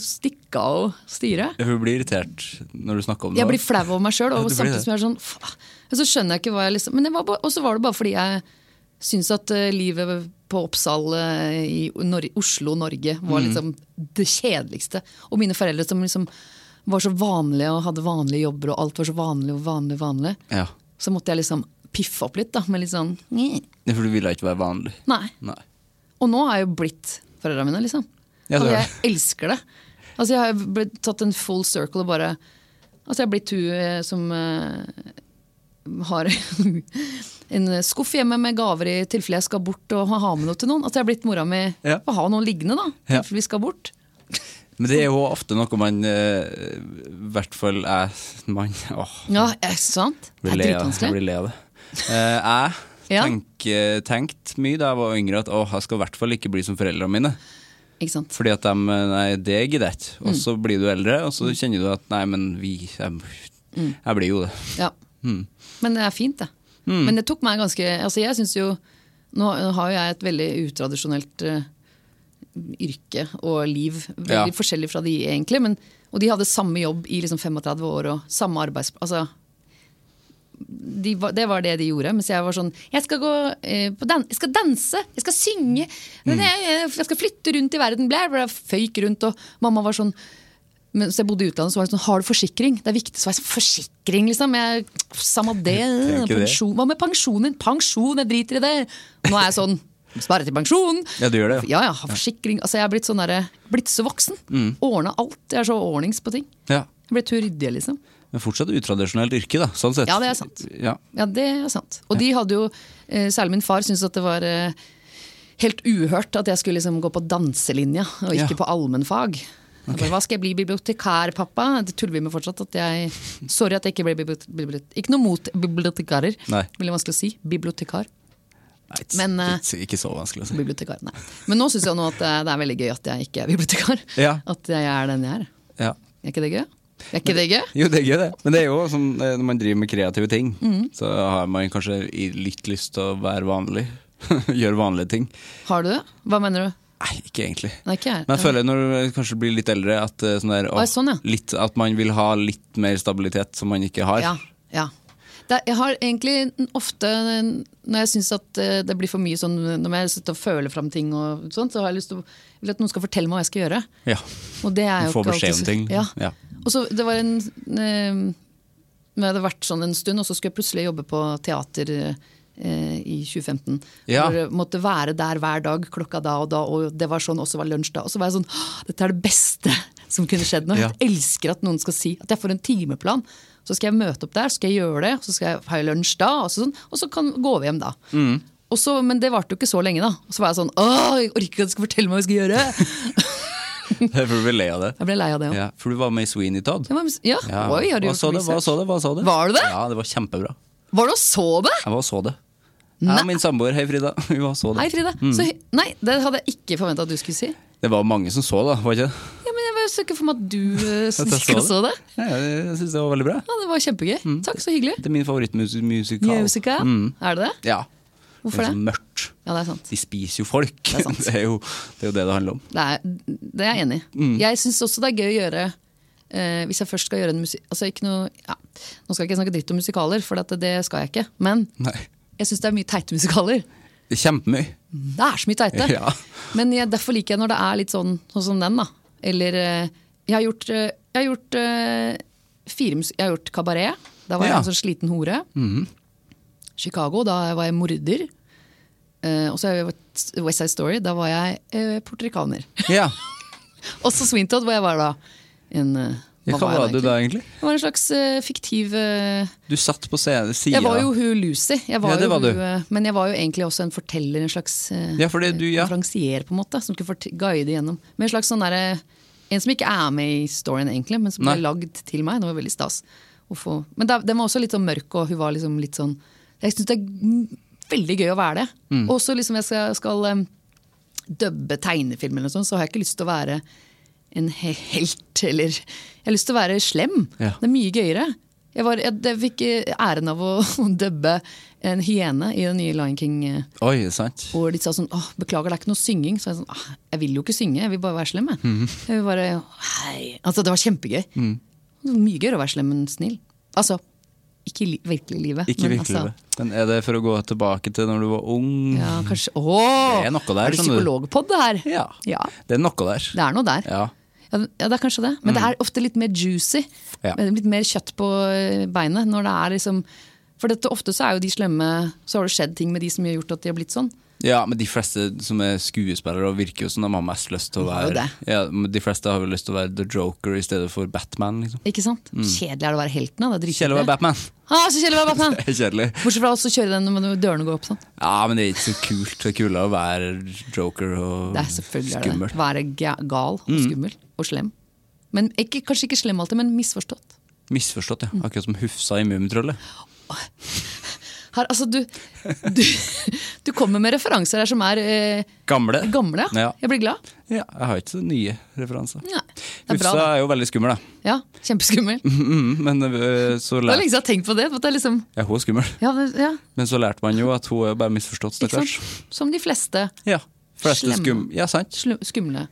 S2: Stikke av og styre.
S1: Jeg blir irritert når du snakker om det.
S2: Jeg blir flau over meg sjøl.
S1: Ja,
S2: Og
S1: du blir
S2: samtidig
S1: det.
S2: som jeg er sånn "Fa-" Og Så skjønner jeg ikke hva jeg liksom Men det var bare, og så var det bare fordi jeg syns at eh, livet på Oppsal eh, i Nor Oslo, Norge,
S1: Mm.
S2: var liksom det kjedeligste. Og mine foreldre som liksom var så vanlige og hadde vanlige jobber, og alt var så vanlig og vanlig, vanlig.
S1: Ja.
S2: Så måtte jeg liksom piffe opp litt, da, med litt sånn "Nye."
S1: Det er For du ville ikke være vanlig.
S2: Nei.
S1: Nei.
S2: Og nå har jeg jo blitt foreldra mine, liksom.
S1: Ja, det
S2: og
S1: er
S2: jeg elsker det. Altså, jeg har jo blitt- tatt en full circle og bare Altså, jeg har blitt hun eh, som eh, har en skuff hjemme med gaver i tilfelle jeg skal bort og ha med noe til noen. At jeg har blitt mora mi.
S1: Ja.
S2: Får ha noe liggende, da. i
S1: Ja.
S2: tilfelle vi skal bort.
S1: Men det er jo ofte noe man eh, I hvert fall er man Åh,
S2: Ja, er det sant? Det
S1: blir
S2: er
S1: le av- jeg
S2: dritvanskelig.
S1: blir le av det. Eh, jeg
S2: Ja.
S1: tenk- tenkte mye da jeg var yngre at åh, jeg skal i hvert fall ikke bli som foreldrene mine.
S2: Ikke sant?
S1: Fordi at de, nei, det gidder jeg ikke. Og
S2: Mm.
S1: så blir du eldre, og så kjenner du at nei, men vi Jeg,
S2: Mm.
S1: jeg blir jo det.
S2: Ja. Men det er fint, det. Men det tok meg ganske altså Jeg synes jo Nå har jo jeg et veldig utradisjonelt eh, yrke og liv. Veldig
S1: Ja.
S2: forskjellig fra de, egentlig. Men, og de hadde samme jobb i liksom 35 år og samme arbeidsplass. Altså, de, var- det var det de gjorde. Mens jeg var sånn Jeg skal, gå, eh, på dan jeg skal danse! Jeg skal synge!
S1: Mm.
S2: men Jeg, jeg, jeg skal flytte rundt i verden! Blæ, blæ, føyk rundt. Og mamma var sånn mens jeg bodde i utlandet, så var det sånn Har du forsikring? Det er viktig. Så var jeg sånn Forsikring, liksom? Jeg, samme det.
S1: tenker det.
S2: Pensjon. Hva med pensjonen din? Pensjon, jeg driter i det! Nå er jeg sånn Spare til pensjon!
S1: Ja, du gjør det, ja. Mm.
S2: Ja, ja, ha forsikring. Altså, jeg er blitt, sånn derre- blitt så voksen. Ordna alt. Jeg er så ordnings på ting.
S1: Ja.
S2: Jeg ble tur ryddig, liksom.
S1: Men fortsatt utradisjonelt yrke, da. Sånn sett.
S2: Ja, det er sant.
S1: Ja.
S2: Ja, det er sant. Og de hadde jo, eh, særlig min far, syntes at det var eh, helt uhørt at jeg skulle liksom gå på danselinja, og ikke
S1: Ja.
S2: på allmennfag. Jeg bare, Hva skal jeg bli bibliotekar, pappa? Det tuller vi med fortsatt. At jeg, sorry at jeg ikke ble bibliot- bibliot- Ikke noe mot bibliotekarer.
S1: Nei.
S2: Veldig vanskelig å si. Bibliotekar.
S1: Nei,
S2: Men, eh, Mm.
S1: ikke, ikke så vanskelig å si.
S2: bibliotekar nei. Men nå syns jeg nå at eh, det er veldig gøy at jeg ikke er bibliotekar.
S1: Ja.
S2: At jeg er den jeg er.
S1: Ja.
S2: Er ikke det gøy? Er ikke det gøy?
S1: Jo, det er gøy, det. Men det er jo sånn, eh, når man driver med kreative ting,
S2: Mm.
S1: så har man kanskje i- litt lyst til å være vanlig. Gjøre vanlige ting.
S2: Har du det? Hva mener du?
S1: Nei, ikke egentlig.
S2: Nei, ikke jeg.
S1: Men jeg føler når du kanskje blir litt eldre, at, eh, sånn der,
S2: Å, sånn, ja.
S1: litt, at man vil ha litt mer stabilitet som man ikke har.
S2: Ja, ja. Det, er- jeg har egentlig n- ofte, n- når jeg syns at eh, det blir for mye sånn Når jeg sitter og føler fram ting, og sånt, så har jeg lyst til å, jeg vil at noen skal fortelle meg hva jeg skal gjøre.
S1: Ja.
S2: Og det er jo
S1: Få
S2: ikke
S1: beskjed
S2: alltid
S1: om
S2: så-
S1: ting.
S2: Ja.
S1: Ja.
S2: Og så det var en eh, Når jeg hadde vært sånn en stund, og så skulle jeg plutselig jobbe på teater eh, i 2015.
S1: Ja.
S2: Hvor jeg måtte være der hver dag klokka da og da, og det var sånn, og så var lunsj da. Og så var jeg sånn «Åh, Dette er det beste som kunne skjedd nå.
S1: Ja.
S2: Jeg elsker at noen skal si at jeg får en timeplan. Så skal jeg møte opp der, så skal jeg gjøre det, så skal jeg ha lunsj da, og så, sånn, og så kan, går vi hjem da.
S1: Mm.
S2: Og så- men det varte jo ikke så lenge, da. Og så var jeg sånn Åh, jeg orker ikke at du skal fortelle meg hva jeg skal gjøre!
S1: For vi ler av det.
S2: Jeg ble lei av det òg.
S1: Ja, for du var med i Sweeney Todd.
S2: Jeg var med- Ja,
S1: Ja.
S2: Oi, har du
S1: Hva
S2: gjort
S1: så det, hva
S2: research?
S1: så det, hva så det?
S2: Var du det?
S1: Ja, det var kjempebra.
S2: Var du og så det?
S1: Jeg var og så det. Jeg og min samboer, hei Frida. Hun var og så det.
S2: Hei, Frida.
S1: Mm.
S2: Så, hy- nei, det hadde jeg ikke forventa at du skulle si. Ja,
S1: Det var mange som så, da. var ikke det?
S2: men Jeg var så ikke for meg at du eh,
S1: At jeg
S2: gikk og så det.
S1: Ja, jeg jeg syns det var veldig bra.
S2: Ja, Det var kjempegøy. Takk, så hyggelig.
S1: Mm. Det Mm. er min favorittmusikal.
S2: Musica, er det det?
S1: Ja.
S2: Hvorfor
S1: det? er
S2: det?
S1: så mørkt.
S2: Ja, det er sant.
S1: De spiser jo folk. Det er, jo, det er jo det det handler om.
S2: Det er, det er jeg enig i.
S1: Mm.
S2: Jeg syns også det er gøy å gjøre eh, Hvis jeg først skal gjøre en musikk... Altså, ikke noe, ja. Nå skal jeg ikke snakke dritt om musikaler, for at det skal jeg ikke. Men
S1: Nei.
S2: jeg syns det er mye teite musikaler.
S1: Det er kjempemye.
S2: Det er så mye teite.
S1: Ja.
S2: Men jeg, derfor liker jeg når det er litt sånn, sånn som den, da. Eller eh, Jeg har gjort, eh, jeg har gjort eh, fire mus- Jeg har gjort kabaret. Da var jeg
S1: Ja. Mhm.
S2: en sånn sliten hore. Chicago, da var jeg morder. Eh, og så har jeg vært West Side Story, da var jeg eh, portrikaner.
S1: Ja.
S2: Og så Swintodd, hvor jeg var da en eh,
S1: Ja, Hva var du da, egentlig?
S2: Jeg var en slags eh, fiktiv eh,
S1: Du satt på scenen, sida.
S2: Jeg var jo hun Lucy, jeg var
S1: Ja, det var
S2: jo
S1: du.
S2: hun, eh, men jeg var jo egentlig også en forteller, en slags eh,
S1: Ja, for det du- ja.
S2: konferansier, på en måte, som skulle fort- guide gjennom. Med en slags sånn derre En som ikke er med i storyen, egentlig, men som ble
S1: Nei.
S2: lagd til meg. Det var veldig stas. å få- Men da, den var også litt sånn mørk, og hun var liksom litt sånn Jeg syns det er m- veldig gøy å være det.
S1: Mm.
S2: Og også liksom jeg skal, skal eh, dubbe tegnefilm eller noe sånt, så har jeg ikke lyst til å være en he- helt, eller Jeg har lyst til å være slem.
S1: Ja.
S2: Det er mye gøyere. Jeg, var, jeg, jeg fikk eh, æren av å dubbe en hyene i den nye Lion King. eh,
S1: Oi, det er sant.
S2: Hvor de sa sånn åh, 'beklager, det er ikke noe synging'. Så jeg sånn «Åh, 'jeg vil jo ikke synge, jeg vil bare være slem', jeg.
S1: Mhm.
S2: jeg vil bare, hei. Altså, det var kjempegøy. Det var mye gøyere å være slem enn snill. Altså, ikke i li virkelig livet.
S1: Ikke
S2: men
S1: virkelig.
S2: altså-
S1: det. Men er det for å gå tilbake til når du var ung?
S2: ja, kanskje, åh,
S1: Det er noe der,
S2: Er det
S1: skjønner du.
S2: psykologpod, det her?
S1: Ja.
S2: ja.
S1: Det er noe der.
S2: Det er noe der.
S1: Ja. Mhm.
S2: Ja, det- ja, det er kanskje det. Men det er ofte litt mer juicy.
S1: Ja.
S2: Litt mer kjøtt på eh, beinet når det er liksom For dette, ofte så er jo de slemme Så har det skjedd ting med de som har gjort at de har blitt sånn.
S1: Ja, men de fleste som er skuespillere, og virker jo som de har mest lyst til å
S2: De har jo
S1: være ja, men De fleste har vel lyst til å være The Joker i stedet for Batman, liksom.
S2: Ikke sant? Kjedelig er det å være helten. da.
S1: Kjedelig å
S2: Det er dritkjedelig.
S1: være Batman!
S2: Ah, så kjedelig å være Batman!
S1: Det er Kjedelig.
S2: Bortsett fra også kjøre den når dørene går opp sånn.
S1: Ja, men det er ikke så kult. Det er kulere å være Joker og
S2: Det er selvfølgelig er det
S1: skummelt. Mm.
S2: det. Være ga- gal og skummel og slem. Men ikke, Kanskje ikke slem alltid, men misforstått.
S1: Misforstått,
S2: Mm.
S1: ja. Akkurat som Hufsa i Mummitrollet.
S2: Her, altså, du, du, du kommer med referanser her som er eh,
S1: Gamle.
S2: gamle.
S1: Ja.
S2: Jeg blir glad.
S1: Ja, jeg har ikke så nye referanser.
S2: Nei, det er bra.
S1: Hufsa
S2: da.
S1: er jo veldig skummel, da.
S2: Ja, Kjempeskummel. Det
S1: Mm, men øh, så
S2: var
S1: lær...
S2: lenge siden jeg har tenkt på det. at det er liksom,
S1: Ja, hun er skummel.
S2: ja, det, ja,
S1: Men så lærte man jo at hun er bare misforstått,
S2: ikke
S1: stakkars.
S2: sant? Som de fleste
S1: Ja. Fleste
S2: Slemme.
S1: skum... Ja, sant.
S2: slu- skumle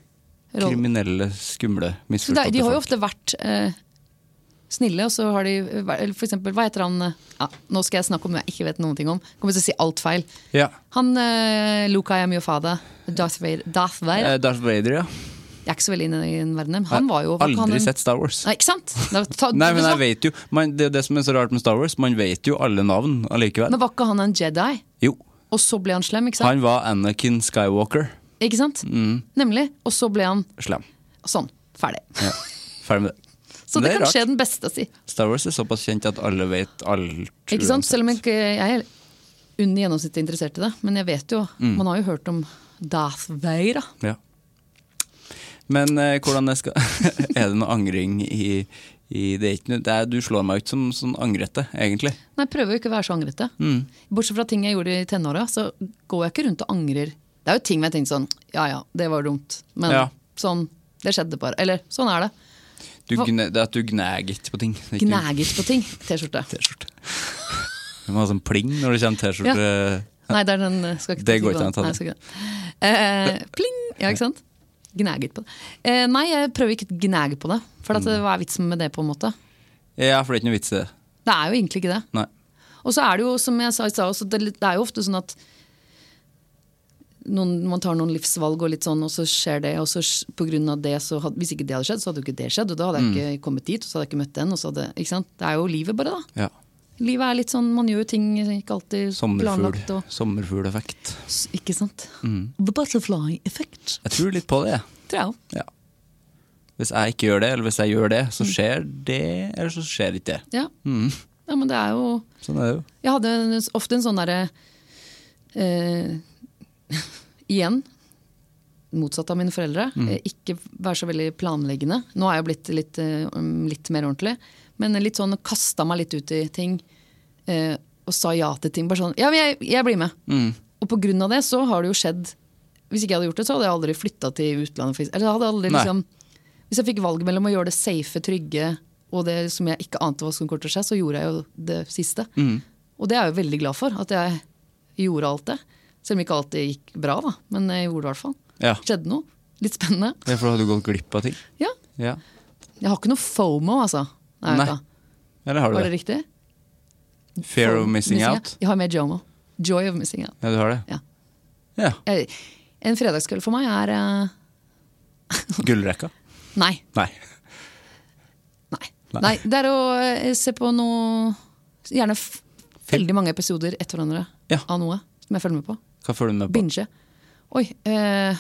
S2: roller.
S1: Kriminelle, skumle,
S2: Så det,
S1: misforståtte
S2: er- de har jo
S1: folk.
S2: ofte vært eh, snille, og så har de eh, vært- eller for eksempel, Hva heter han eh, ja, Nå skal jeg snakke om noe jeg ikke vet noen ting om. Kommer til å si alt feil.
S1: Ja.
S2: Han eh, Luca I am your father. Darth Vader. Darth Vader.
S1: Eh, Darth Vader, ja.
S2: Jeg er ikke så veldig inne i den verdenen. men Han var jo
S1: Aldri
S2: han,
S1: sett Star Wars.
S2: Nei, ikke sant? Da, ta,
S1: Nei, men jeg
S2: men,
S1: vet jo man, Det er jo det som er så rart med Star Wars. Man vet jo alle navn allikevel.
S2: var ikke han en Jedi?
S1: Jo.
S2: Og så ble han slem, ikke sant?
S1: Han Mm. var Anakin Skywalker.
S2: Ikke sant? Nemlig. Og så ble han
S1: Slem.
S2: sånn. Ferdig.
S1: Ja. Ferdig med det.
S2: Så det,
S1: er
S2: kan
S1: rart.
S2: skje den beste si.
S1: Star Wars er såpass kjent at alle vet alt.
S2: Ikke sant?
S1: uansett.
S2: Selv om jeg, ikke- jeg er under gjennomsnittet interessert i det. Men jeg vet jo,
S1: Mm.
S2: man har jo hørt om Darth Vader. da.
S1: Ja. Men eh, hvordan jeg skal Er det noe angring i, i det, er ikke noe, det er, Du slår meg ut som sånn angrete, egentlig.
S2: Nei, jeg prøver jo ikke å være så angrete.
S1: Mm.
S2: Bortsett fra ting jeg gjorde i tenåra, så går jeg ikke rundt og angrer. Det er jo ting hvor jeg tenker sånn, ja ja, det var dumt. Men
S1: Ja.
S2: sånn, det skjedde bare. Eller sånn er det.
S1: Du
S2: Hva-
S1: gne, det er at du gnager ikke på ting. Det er ikke noe
S2: Gnaget på ting. T-skjorte.
S1: T-skjorte. Du må ha sånn pling når det kommer T-skjorte.
S2: Nei, det er den eh, skal ikke
S1: Det
S2: si
S1: går
S2: på
S1: ikke an å ta
S2: Nei,
S1: det.
S2: skal ikke det. Eh, pling! Ja, ikke sant? Gnaget på det. Eh, nei, jeg prøver ikke å gnage på det. For at,
S1: Mm.
S2: eh, hva er vitsen med det, på en måte?
S1: Ja, for det er ikke noe vits i det.
S2: Det er jo egentlig ikke det.
S1: Nei.
S2: Og så er det jo, som jeg sa i stad, også, det det er jo ofte sånn at noen, man tar noen livsvalg, og litt sånn, og så skjer det. Og så sk- på grunn av det, så had, hvis ikke det hadde skjedd, så hadde jo ikke det skjedd. Og da hadde jeg ikke kommet dit, og så hadde jeg ikke møtt den. Og så hadde, ikke sant? Det er jo livet, bare. da.
S1: Ja.
S2: Livet er litt sånn, Man gjør jo ting ikke alltid
S1: Sommerfugl.
S2: planlagt. Og,
S1: Sommerfugleffekt.
S2: s- ikke sant? The butterfly effect.
S1: Jeg tror litt på det. jeg.
S2: Tror jeg òg.
S1: Ja. Hvis jeg ikke gjør det, eller hvis jeg gjør det,
S2: Mm.
S1: så skjer det, eller så skjer ikke det.
S2: Ja. ja, men det er jo
S1: Sånn er det jo.
S2: Jeg hadde en- ofte en sånn derre eh, Igjen, motsatt av mine foreldre. eh, Ikke være så veldig planleggende. Nå er jeg blitt litt, eh, um, litt mer ordentlig. Men litt sånn kasta meg litt ut i ting. eh, og sa ja til ting. Bare sånn Ja, men jeg, jeg blir med. Og på grunn av det så har det jo skjedd Hvis ikke jeg hadde gjort det, så hadde jeg aldri flytta til utlandet. for- Eller jeg hadde aldri
S1: Nei.
S2: liksom hvis jeg fikk valget mellom å gjøre det safe, trygge og det som jeg ikke ante hva som kom til å skje, så gjorde jeg jo det siste. Og det er jeg jo veldig glad for, at jeg gjorde alt det. Selv om ikke alt det gikk bra, da. Men jeg gjorde det i hvert fall.
S1: Ja.
S2: Skjedde noe. Litt spennende.
S1: Ja, for da har du gått glipp av ting.
S2: Ja.
S1: Ja.
S2: Jeg har ikke noe fomo, altså.
S1: Nei,
S2: Nei, vet du hva.
S1: Eller har du
S2: Var det
S1: det?
S2: riktig?
S1: Fear of missing out?
S2: Jeg har med jomo. Joy of missing out.
S1: Ja, du har det?
S2: Ja.
S1: Ja.
S2: Jeg, en fredagskveld for meg er eh,
S1: Gullrekka?
S2: Nei.
S1: Nei.
S2: Nei. Nei. Det er å eh, se på noe Gjerne f veldig mange episoder etter hverandre
S1: Ja.
S2: av noe som jeg følger med på.
S1: Hva følger du med på?
S2: Binge. Oi. Eh,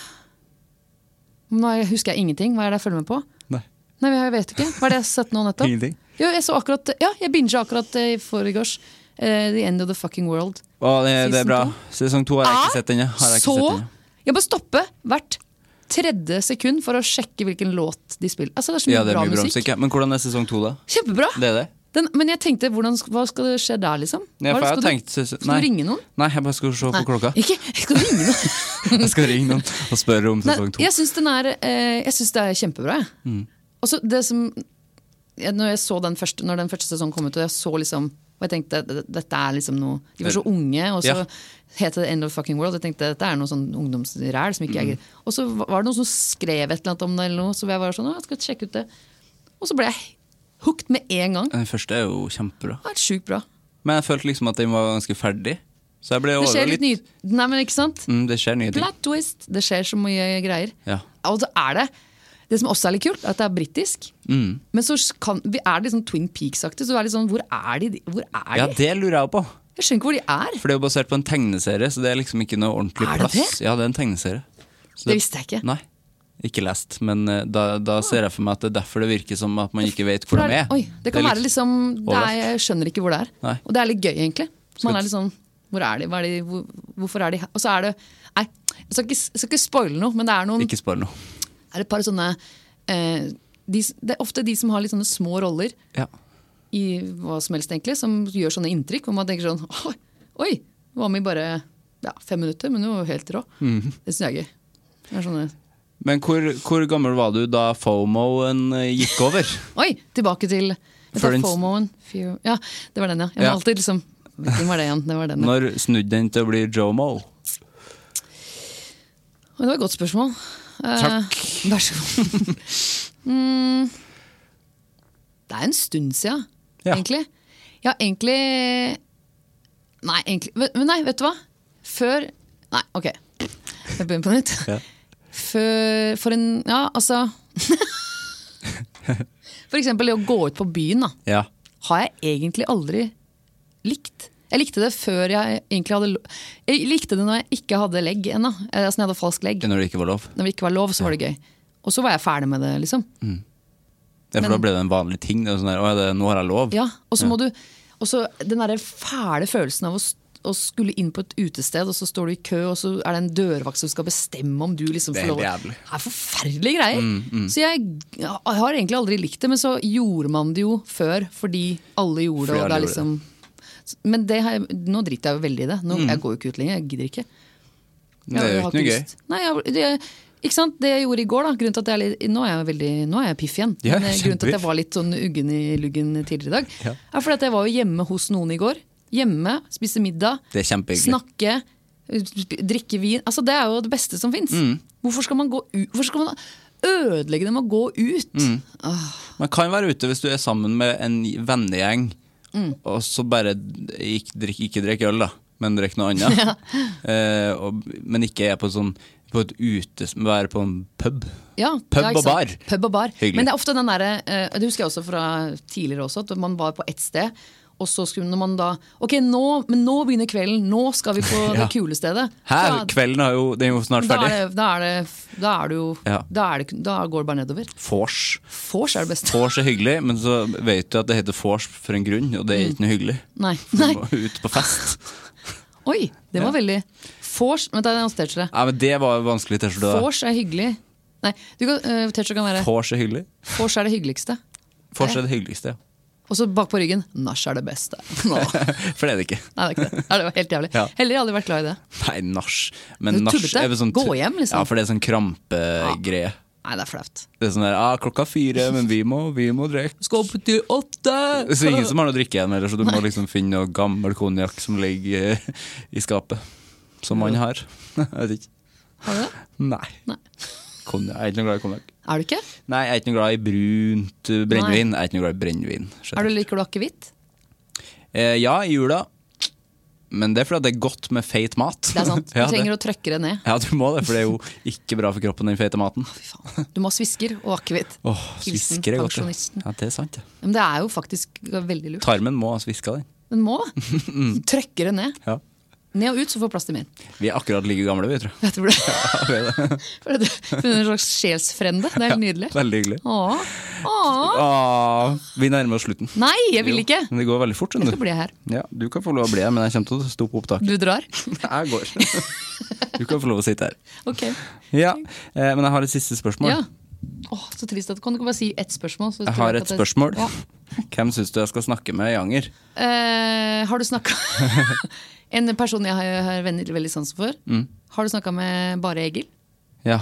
S2: nå husker jeg ingenting. Hva er det jeg følger med på?
S1: Nei.
S2: Nei, men jeg vet ikke. Hva er det jeg har sett nå nettopp?
S1: Ingenting.
S2: Jo, jeg så akkurat Ja, jeg binga akkurat eh, i forgårs. Eh, The End of the Fucking World.
S1: Å, det, det er bra.
S2: Season Ah,
S1: Sesong to har jeg ikke sett ennå. Har jeg ikke
S2: så
S1: sett ennå.
S2: Jeg må stoppe hvert tredje sekund for å sjekke hvilken låt de spiller. Altså, det er så mye,
S1: Ja, det er mye
S2: bra
S1: bra
S2: musikk.
S1: musikk. Ja. Men hvordan er sesong to, da?
S2: Kjempebra!
S1: Det er det?
S2: Den, men jeg tenkte, hvordan, sk- hva skal det skje der, liksom?
S1: Ja,
S2: Hva
S1: for
S2: er det-
S1: jeg
S2: skal
S1: har tenkt
S2: du,
S1: sesong-
S2: skal
S1: Nei.
S2: du ringe noen?
S1: Nei, jeg bare skal se på klokka.
S2: Ikke, skal du ringe noen?
S1: Jeg skal ringe noen og spørre om
S2: Nei,
S1: sesong to. Mm.
S2: jeg syns den er eh, Jeg synes det er kjempebra, jeg. Og så det som jeg, Når jeg så den første Når den første sesongen kom ut, og jeg så liksom og jeg tenkte, d- d- dette er liksom noe De var så unge, og så
S1: Ja.
S2: het det End of Fucking World. Jeg tenkte, dette er noe sånn ungdomsræl som ikke jeg gidder. Og så va- var det noen som skrev et eller annet om det, eller noe, så jeg var sånn, «Å, jeg skal sjekke ut det. Og så ble jeg hooked med en gang. Det
S1: Den første er jo kjempebra.
S2: var sjukt bra.
S1: Men jeg følte liksom at den var ganske ferdig. Så jeg ble
S2: Det skjer
S1: overrasket
S2: litt nye Nei, men ikke sant?
S1: Mm, det skjer nye ting.
S2: Flat twist. Det skjer så mye greier.
S1: Ja.
S2: Og så er det Det som også er litt kult, er at det er britisk.
S1: Mm.
S2: Men så kan, er det liksom Twin Peaks-aktig. Så du er litt sånn, hvor er de? Hvor er
S1: Ja,
S2: de?
S1: det lurer jeg jo på.
S2: Jeg skjønner ikke hvor de er.
S1: For det er jo basert på en tegneserie, så det er liksom ikke noe ordentlig
S2: Er det
S1: plass.
S2: det?
S1: Ja, det er en tegneserie. Så
S2: Det visste jeg ikke.
S1: Nei, ikke lest. Men eh, da, da ser jeg for meg at det er derfor det virker som at man ikke vet hvor
S2: For
S1: de
S2: det,
S1: er.
S2: er oi, det kan
S1: er
S2: være liksom det er,
S1: overalt.
S2: Jeg skjønner ikke hvor det er.
S1: Nei.
S2: Og det er litt gøy, egentlig. For man
S1: Skal-
S2: er litt sånn Hvor er de? Hva er de? Hvor, hvorfor er de her? Og så er det Nei, jeg skal ikke, jeg skal ikke spoile noe, men det er noen
S1: Ikke spør noe.
S2: er et par sånne eh, de, Det er ofte de som har litt sånne små roller
S1: Ja.
S2: i hva som helst, egentlig, som gjør sånne inntrykk. Hvor man tenker sånn Oi, oi det var med i bare ja, fem minutter, men hun var jo helt rå. Det syns jeg er gøy. Det er sånne,
S1: Men hvor, hvor gammel var du da FOMO-en eh, gikk over?
S2: oi, tilbake til jeg tar
S1: For ins-
S2: FOMO-en. Fear- Ja, det var den, ja. Jeg må
S1: Ja.
S2: alltid liksom Hvilken var det igjen? Det var den, ja.
S1: Når snudde den til å bli JOMO?
S2: Oi, Det var et godt spørsmål. Eh,
S1: Takk.
S2: Vær så god. mm, det er en stund siden,
S1: Ja.
S2: egentlig. Ja, egentlig Nei, egentlig Ve- men Nei, vet du hva? Før Nei, OK. Jeg begynner på nytt.
S1: Ja.
S2: Før For en Ja, altså For eksempel det å gå ut på byen, da
S1: Ja.
S2: har jeg egentlig aldri likt. Jeg likte det før jeg egentlig hadde lo- Jeg likte det når jeg ikke hadde legg ennå. Eh, Altså når jeg hadde falsk legg.
S1: Når det ikke var lov.
S2: Når det ikke var lov, så var det gøy. Og så var jeg ferdig med det, liksom.
S1: Mm. Ja, for
S2: Men-
S1: da ble det en vanlig ting. Det var sånn der, «Å, er det, nå har jeg lov.
S2: Ja, og så må du Og så den derre fæle følelsen av å s- å skulle inn på et utested, og så står du i kø, og så er det en dørvakt som skal bestemme om du liksom
S1: Det er
S2: får lov.
S1: helt jævlig. Mm,
S2: Det er forferdelige greier. Så jeg, jeg har egentlig aldri likt det, men så gjorde man det jo før fordi alle gjorde det.
S1: Fordi
S2: Og det
S1: alle
S2: er liksom, men det har jeg, nå driter jeg jo veldig i det. Nå,
S1: Mm.
S2: Jeg går jo ikke ut lenger, jeg gidder ikke.
S1: det er
S2: Jeg
S1: jo
S2: har
S1: ikke noe gøy.
S2: lyst. Nei, jeg, det, ikke sant? det jeg gjorde i går, da. Grunnen til at jeg, er litt- nå, er jeg veldig, nå er jeg piff igjen.
S1: Ja,
S2: Men eh, grunnen til at jeg
S1: kjempepiff.
S2: var litt sånn uggen i luggen tidligere i dag,
S1: Ja.
S2: er fordi at jeg var jo hjemme hos noen i går. Hjemme, spise middag,
S1: Det er kjempehyggelig.
S2: snakke, sp- drikke vin. Altså, det er jo det beste som fins.
S1: Mm.
S2: Hvorfor skal man gå ut? Hvorfor skal man ødelegge det med å gå ut?
S1: Mm. Man kan være ute hvis du er sammen med en vennegjeng,
S2: Mm.
S1: og så bare ikke drikk, ikke drikk øl, da, men drikk noe annet. Eh, og, men ikke er på, sånn, på et utes... Være på en pub.
S2: Ja,
S1: Pub
S2: ja, ikke
S1: og bar.
S2: sant? Pub og bar.
S1: Hyggelig.
S2: Men det er ofte den derre eh, Det husker jeg også fra tidligere også, at man var på ett sted. Og så skulle når man da Ok, nå, men nå begynner kvelden. Nå skal vi på
S1: Ja.
S2: det kule stedet.
S1: Her,
S2: Da-
S1: kvelden er jo, det er jo snart
S2: da er,
S1: ferdig.
S2: det, da er det Da er det jo
S1: Ja.
S2: da, er det, da går det bare nedover.
S1: Vors.
S2: Vors er det beste.
S1: Vors er hyggelig, men så vet du at det heter vors for en grunn, og det er ikke noe hyggelig.
S2: Nei.
S1: Du
S2: Mm. Nei.
S1: må Ut på fest.
S2: Oi, det var
S1: Ja.
S2: veldig Vors Vent, da, jeg noterte det.
S1: Nei, men det var vanskelig. Vors
S2: Vors er hyggelig. Nei, du kan, eh, Tetzschner kan være
S1: Vors er hyggelig.
S2: Vors er det hyggeligste.
S1: Vors er det hyggeligste. ja.
S2: Og så bak på ryggen nach er det beste. Nå.
S1: For det er det ikke.
S2: Nei, det er ikke det. Nei, det var helt jævlig.
S1: Ja.
S2: Heller aldri vært glad i det.
S1: Nei, nach. Men
S2: Det er
S1: nach
S2: tullete.
S1: er vel sånn tu-
S2: Gå hjem, liksom.
S1: Ja, for det er sånn krampegreie.
S2: Nei, det er flaut.
S1: Det er sånn der ah, 'Klokka fire, men vi må, vi må drikke'.
S2: Skal opp til åtte!
S1: Så ingen som har noe å drikke igjen, eller, så du må liksom finne noe gammel konjakk som ligger eh, i skapet. Som man har. Jeg vet ikke.
S2: Har du det?
S1: Nei.
S2: Nei.
S1: Konjakk. Jeg er ikke noe glad i konjakk.
S2: Er du ikke?
S1: Nei, jeg er ikke noe glad i brunt eh, brennevin. Jeg er ikke noe glad i brennevin. generelt.
S2: Er du, liker du akevitt?
S1: Eh, ja, i jula. Men det er fordi at det er godt med feit mat.
S2: Det er sant. Du
S1: ja,
S2: trenger
S1: det.
S2: å trøkke det ned.
S1: ja, du må det, for det er jo ikke bra for kroppen, den feite maten.
S2: Fy faen. Du må ha svisker og akevitt.
S1: Åh,
S2: Hilsen
S1: svisker er godt. ja.
S2: pensjonisten.
S1: Ja, det er sant. Ja.
S2: Men det er jo faktisk veldig lurt.
S1: Tarmen må ha sviska den.
S2: Den må det. Trøkke det ned.
S1: Ja.
S2: Ned og ut, så får plass til min.
S1: Vi er akkurat like gamle, vi, tror jeg.
S2: Vet du hvor det For det er funnet en slags sjelsfrende. Det er helt nydelig.
S1: Veldig hyggelig.
S2: Åh. Åh.
S1: Åh, vi nærmer oss slutten.
S2: Nei, jeg vil ikke!
S1: Men det går veldig fort.
S2: Jeg
S1: skjønner
S2: skal bli her.
S1: du. Ja, du kan få lov å bli her, men jeg kommer til å stå på opptak.
S2: Du drar?
S1: Jeg går. Du kan få lov å sitte her.
S2: Ok.
S1: Ja, eh, Men jeg har et siste spørsmål.
S2: Ja. Åh, så trist. at Kan du ikke bare si ett spørsmål? så
S1: Jeg
S2: tror
S1: har
S2: at
S1: et
S2: det-
S1: spørsmål.
S2: Ja.
S1: Hvem syns du jeg skal snakke med i Anger?
S2: Eh, har du snakka En person jeg har, har venner, veldig sansen for.
S1: Mm.
S2: Har du snakka med bare Egil?
S1: Ja.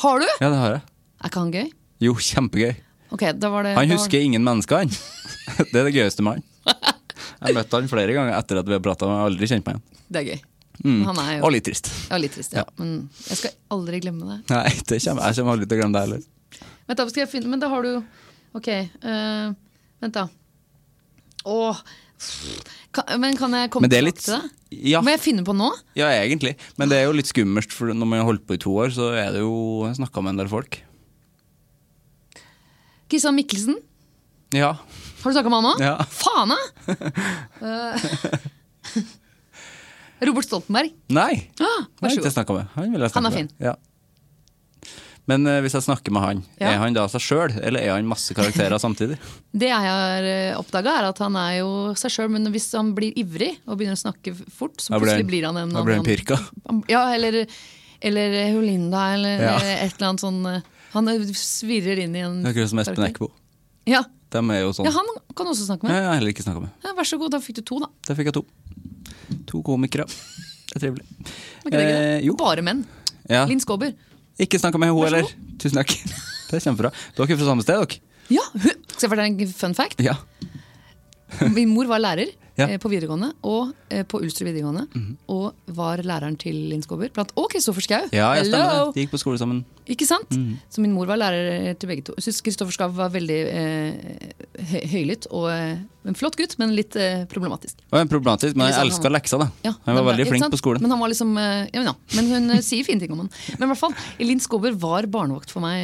S2: Har du?!
S1: ja, det har jeg.
S2: Er ikke han gøy?
S1: Jo, kjempegøy.
S2: Ok, da var det
S1: Han
S2: da-
S1: husker ingen mennesker, han. Det er det gøyeste med han. Jeg møtte han flere ganger etter at vi har prata, men jeg har aldri kjent meg igjen.
S2: Det er gøy. Han er jo
S1: Mm. Og litt trist.
S2: ja, litt trist, ja. Men jeg skal aldri glemme det.
S1: Nei, det kommer, jeg kommer aldri til å glemme det heller.
S2: Vent da, skal jeg finne Men da har du Ok, eh, vent da. Åh kan, Men kan jeg komme
S1: Men det er litt-
S2: tilbake til det?
S1: ja.
S2: Må jeg finne på nå?
S1: Ja, egentlig. Men det er jo litt skummelt, for når man har holdt på i to år, så er det jo Jeg snakka med en del folk.
S2: Kristian Mikkelsen.
S1: Ja.
S2: Har du snakka med han nå?
S1: Ja.
S2: Faen, da! Eh, Robert Stoltenberg.
S1: Nei!
S2: Ah,
S1: Nei,
S2: vær så
S1: ikke
S2: god.
S1: snakket med. Han, vil jeg snakke
S2: Han er
S1: med.
S2: fin.
S1: Ja. Men eh, hvis jeg snakker med han,
S2: Ja.
S1: er han da seg sjøl, eller er han masse karakterer samtidig?
S2: Det jeg har oppdaga, er at han er jo seg sjøl, men hvis han blir ivrig og begynner å snakke fort, så
S1: Da blir
S2: plutselig
S1: han-
S2: blir han en
S1: da blir han
S2: annen-
S1: pirka.
S2: Han- Ja, eller, eller Jolinda, eller,
S1: Ja.
S2: eller et eller annet sånn eh, Han svirrer inn i en
S1: Det er akkurat som Espen
S2: karakter.
S1: Eckbo.
S2: Ja.
S1: De er jo sånn.
S2: ja, han kan du også snakke
S1: Nei,
S2: med.
S1: jeg har heller ikke snakka med.
S2: Ja, vær så god, da fikk du to, da.
S1: Der fikk jeg to. To komikere. Det er trivelig.
S2: Var Ikke det
S1: Eh,
S2: greit?
S1: jo.
S2: Bare menn.
S1: Ja.
S2: Linn Skåber.
S1: Ikke snakka med henne
S2: Vær så
S1: heller. Tusen takk. Det er kjempebra. Dere er fra samme sted, dere?
S2: Ja, hun- Skal jeg fortelle en fun fact?
S1: Ja.
S2: Min mor var lærer
S1: Ja. Mhm.
S2: eh, på videregående og eh, på Ulstrud videregående. Og var læreren til Linn Skåber. Blant, og Kristoffer Schau!
S1: ja jeg stemmer
S2: Hello!
S1: det. De Mhm. gikk på skole sammen.
S2: Ikke sant? Så min mor var lærer eh, til begge to. Jeg syns Kristoffer Schau var veldig eh, hø- høylytt og eh, en flott gutt, men litt eh, problematisk.
S1: Det var problematisk, men jeg
S2: Ikke sant,
S1: elska
S2: han-
S1: leksa, da.
S2: Ja,
S1: han var
S2: det er bra,
S1: veldig
S2: ikke
S1: flink
S2: sant?
S1: på skolen.
S2: Men han var liksom, eh, ja, men, ja. men hun eh, sier fine ting om han. Men i hvert fall, Linn Skåber var barnevakt for meg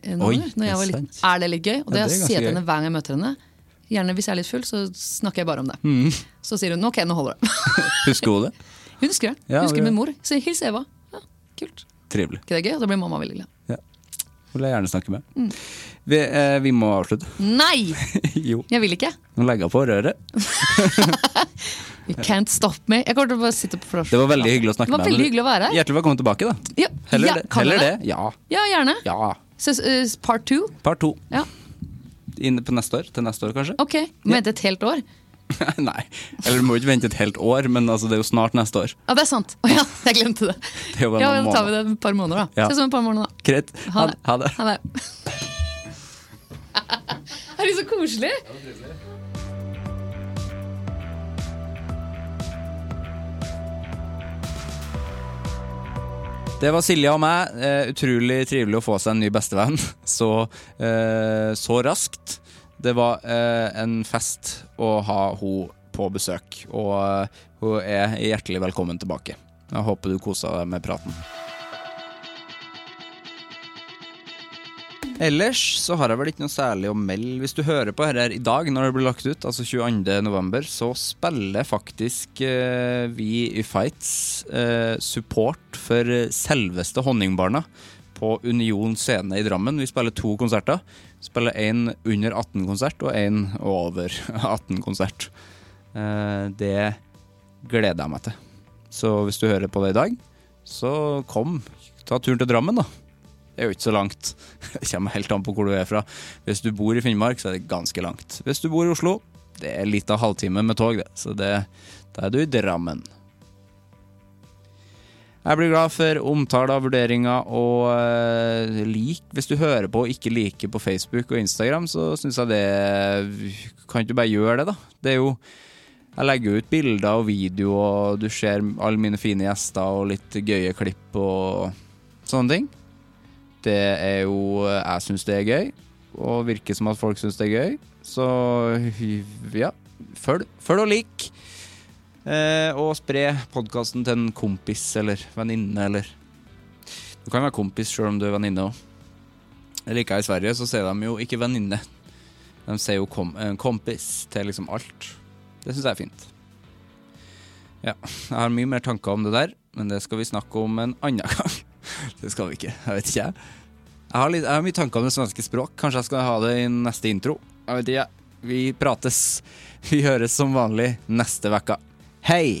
S2: eh, en
S1: Oi,
S2: år, når jeg
S1: er
S2: var liten.
S1: sant?
S2: Er det litt gøy? Og det,
S1: Ja, det er
S2: jeg
S1: ganske
S2: sier
S1: gøy.
S2: til henne hver gang jeg møter henne. Gjerne hvis jeg er litt full, så snakker jeg bare om det.
S1: Mm.
S2: Så sier hun ok, nå holder det.
S1: Husker hun det?
S2: Hun husker det.
S1: Ja,
S2: Hun
S1: det-
S2: husker min mor. Så hils Eva. Ja, kult.
S1: Trivelig.
S2: Ikke det er gøy? Og da blir mamma veldig glad.
S1: Ja. Hun vil jeg gjerne snakke med.
S2: Mm.
S1: Vi, eh, vi må avslutte.
S2: Nei!
S1: jo.
S2: Jeg vil ikke.
S1: Nå legger jeg på røret.
S2: You can't stop me. Jeg kommer til å bare sitte på plass.
S1: Det var veldig hyggelig å snakke
S2: Det var
S1: med
S2: veldig hyggelig å være her.
S1: Hjertelig velkommen tilbake, da.
S2: Ja,
S1: Heller,
S2: ja,
S1: det.
S2: kan
S1: Heller det.
S2: jeg
S1: Ja.
S2: Ja, gjerne.
S1: ja.
S2: Ses- eh, part two.
S1: Par to.
S2: Ja,
S1: Inn på neste år. Til neste år, kanskje?
S2: ok. Må vente et helt år.
S1: Nei. Eller du må ikke vente et helt år, men altså, det er jo snart neste år.
S2: Ja, det er sant. Å ja, jeg glemte det.
S1: er jo bare
S2: ja,
S1: noen
S2: Da tar vi det et par måneder, da.
S1: Ja.
S2: Ses om et par måneder, da.
S1: Greit.
S2: Ha det.
S1: Ha det.
S2: Ha det. er det så koselig?
S1: Det var Silja og meg. Eh, utrolig trivelig å få seg en ny bestevenn så, eh, så raskt. Det var eh, en fest å ha hun på besøk, og eh, hun er hjertelig velkommen tilbake. Jeg håper du kosa deg med praten. Ellers så har jeg vel ikke noe særlig å melde. Hvis du hører på dette her i dag, når det blir lagt ut, altså 22. november, så spiller faktisk eh, vi i Fights eh, support for eh, selveste Honningbarna på Union scene i Drammen. Vi spiller to konserter. Vi spiller én under 18-konsert og én over 18-konsert. Eh, det gleder jeg meg til. Så hvis du hører på det i dag, så kom. Ta turen til Drammen, da. Det er jo ikke så langt. Det kommer helt an på hvor du er fra. Hvis du bor i Finnmark, så er det ganske langt. Hvis du bor i Oslo, det er litt av halvtime med tog, det. Så det, da er du i Drammen. Jeg blir glad for omtale av vurderinger og eh, lik. Hvis du hører på og ikke liker på Facebook og Instagram, så syns jeg det Kan ikke du bare gjøre det, da? Det er jo jeg legger ut bilder og video, og du ser alle mine fine gjester og litt gøye klipp og sånne ting. Det er jo Jeg syns det er gøy, og virker som at folk syns det er gøy. Så ja, følg, følg og lik. Eh, og spre podkasten til en kompis eller venninne eller Du kan være kompis sjøl om du er venninne òg. Jeg liker i Sverige, så sier de jo ikke venninne. De sier jo kom, eh, kompis til liksom alt. Det syns jeg er fint. Ja, jeg har mye mer tanker om det der, men det skal vi snakke om en annen gang. Det skal vi ikke. Jeg vet ikke, jeg. Jeg har, litt, jeg har mye tanker om det svenske språk. Kanskje jeg skal ha det i neste intro. Jeg vet ikke, jeg. Vi prates. Vi høres som vanlig neste vekka. Hei!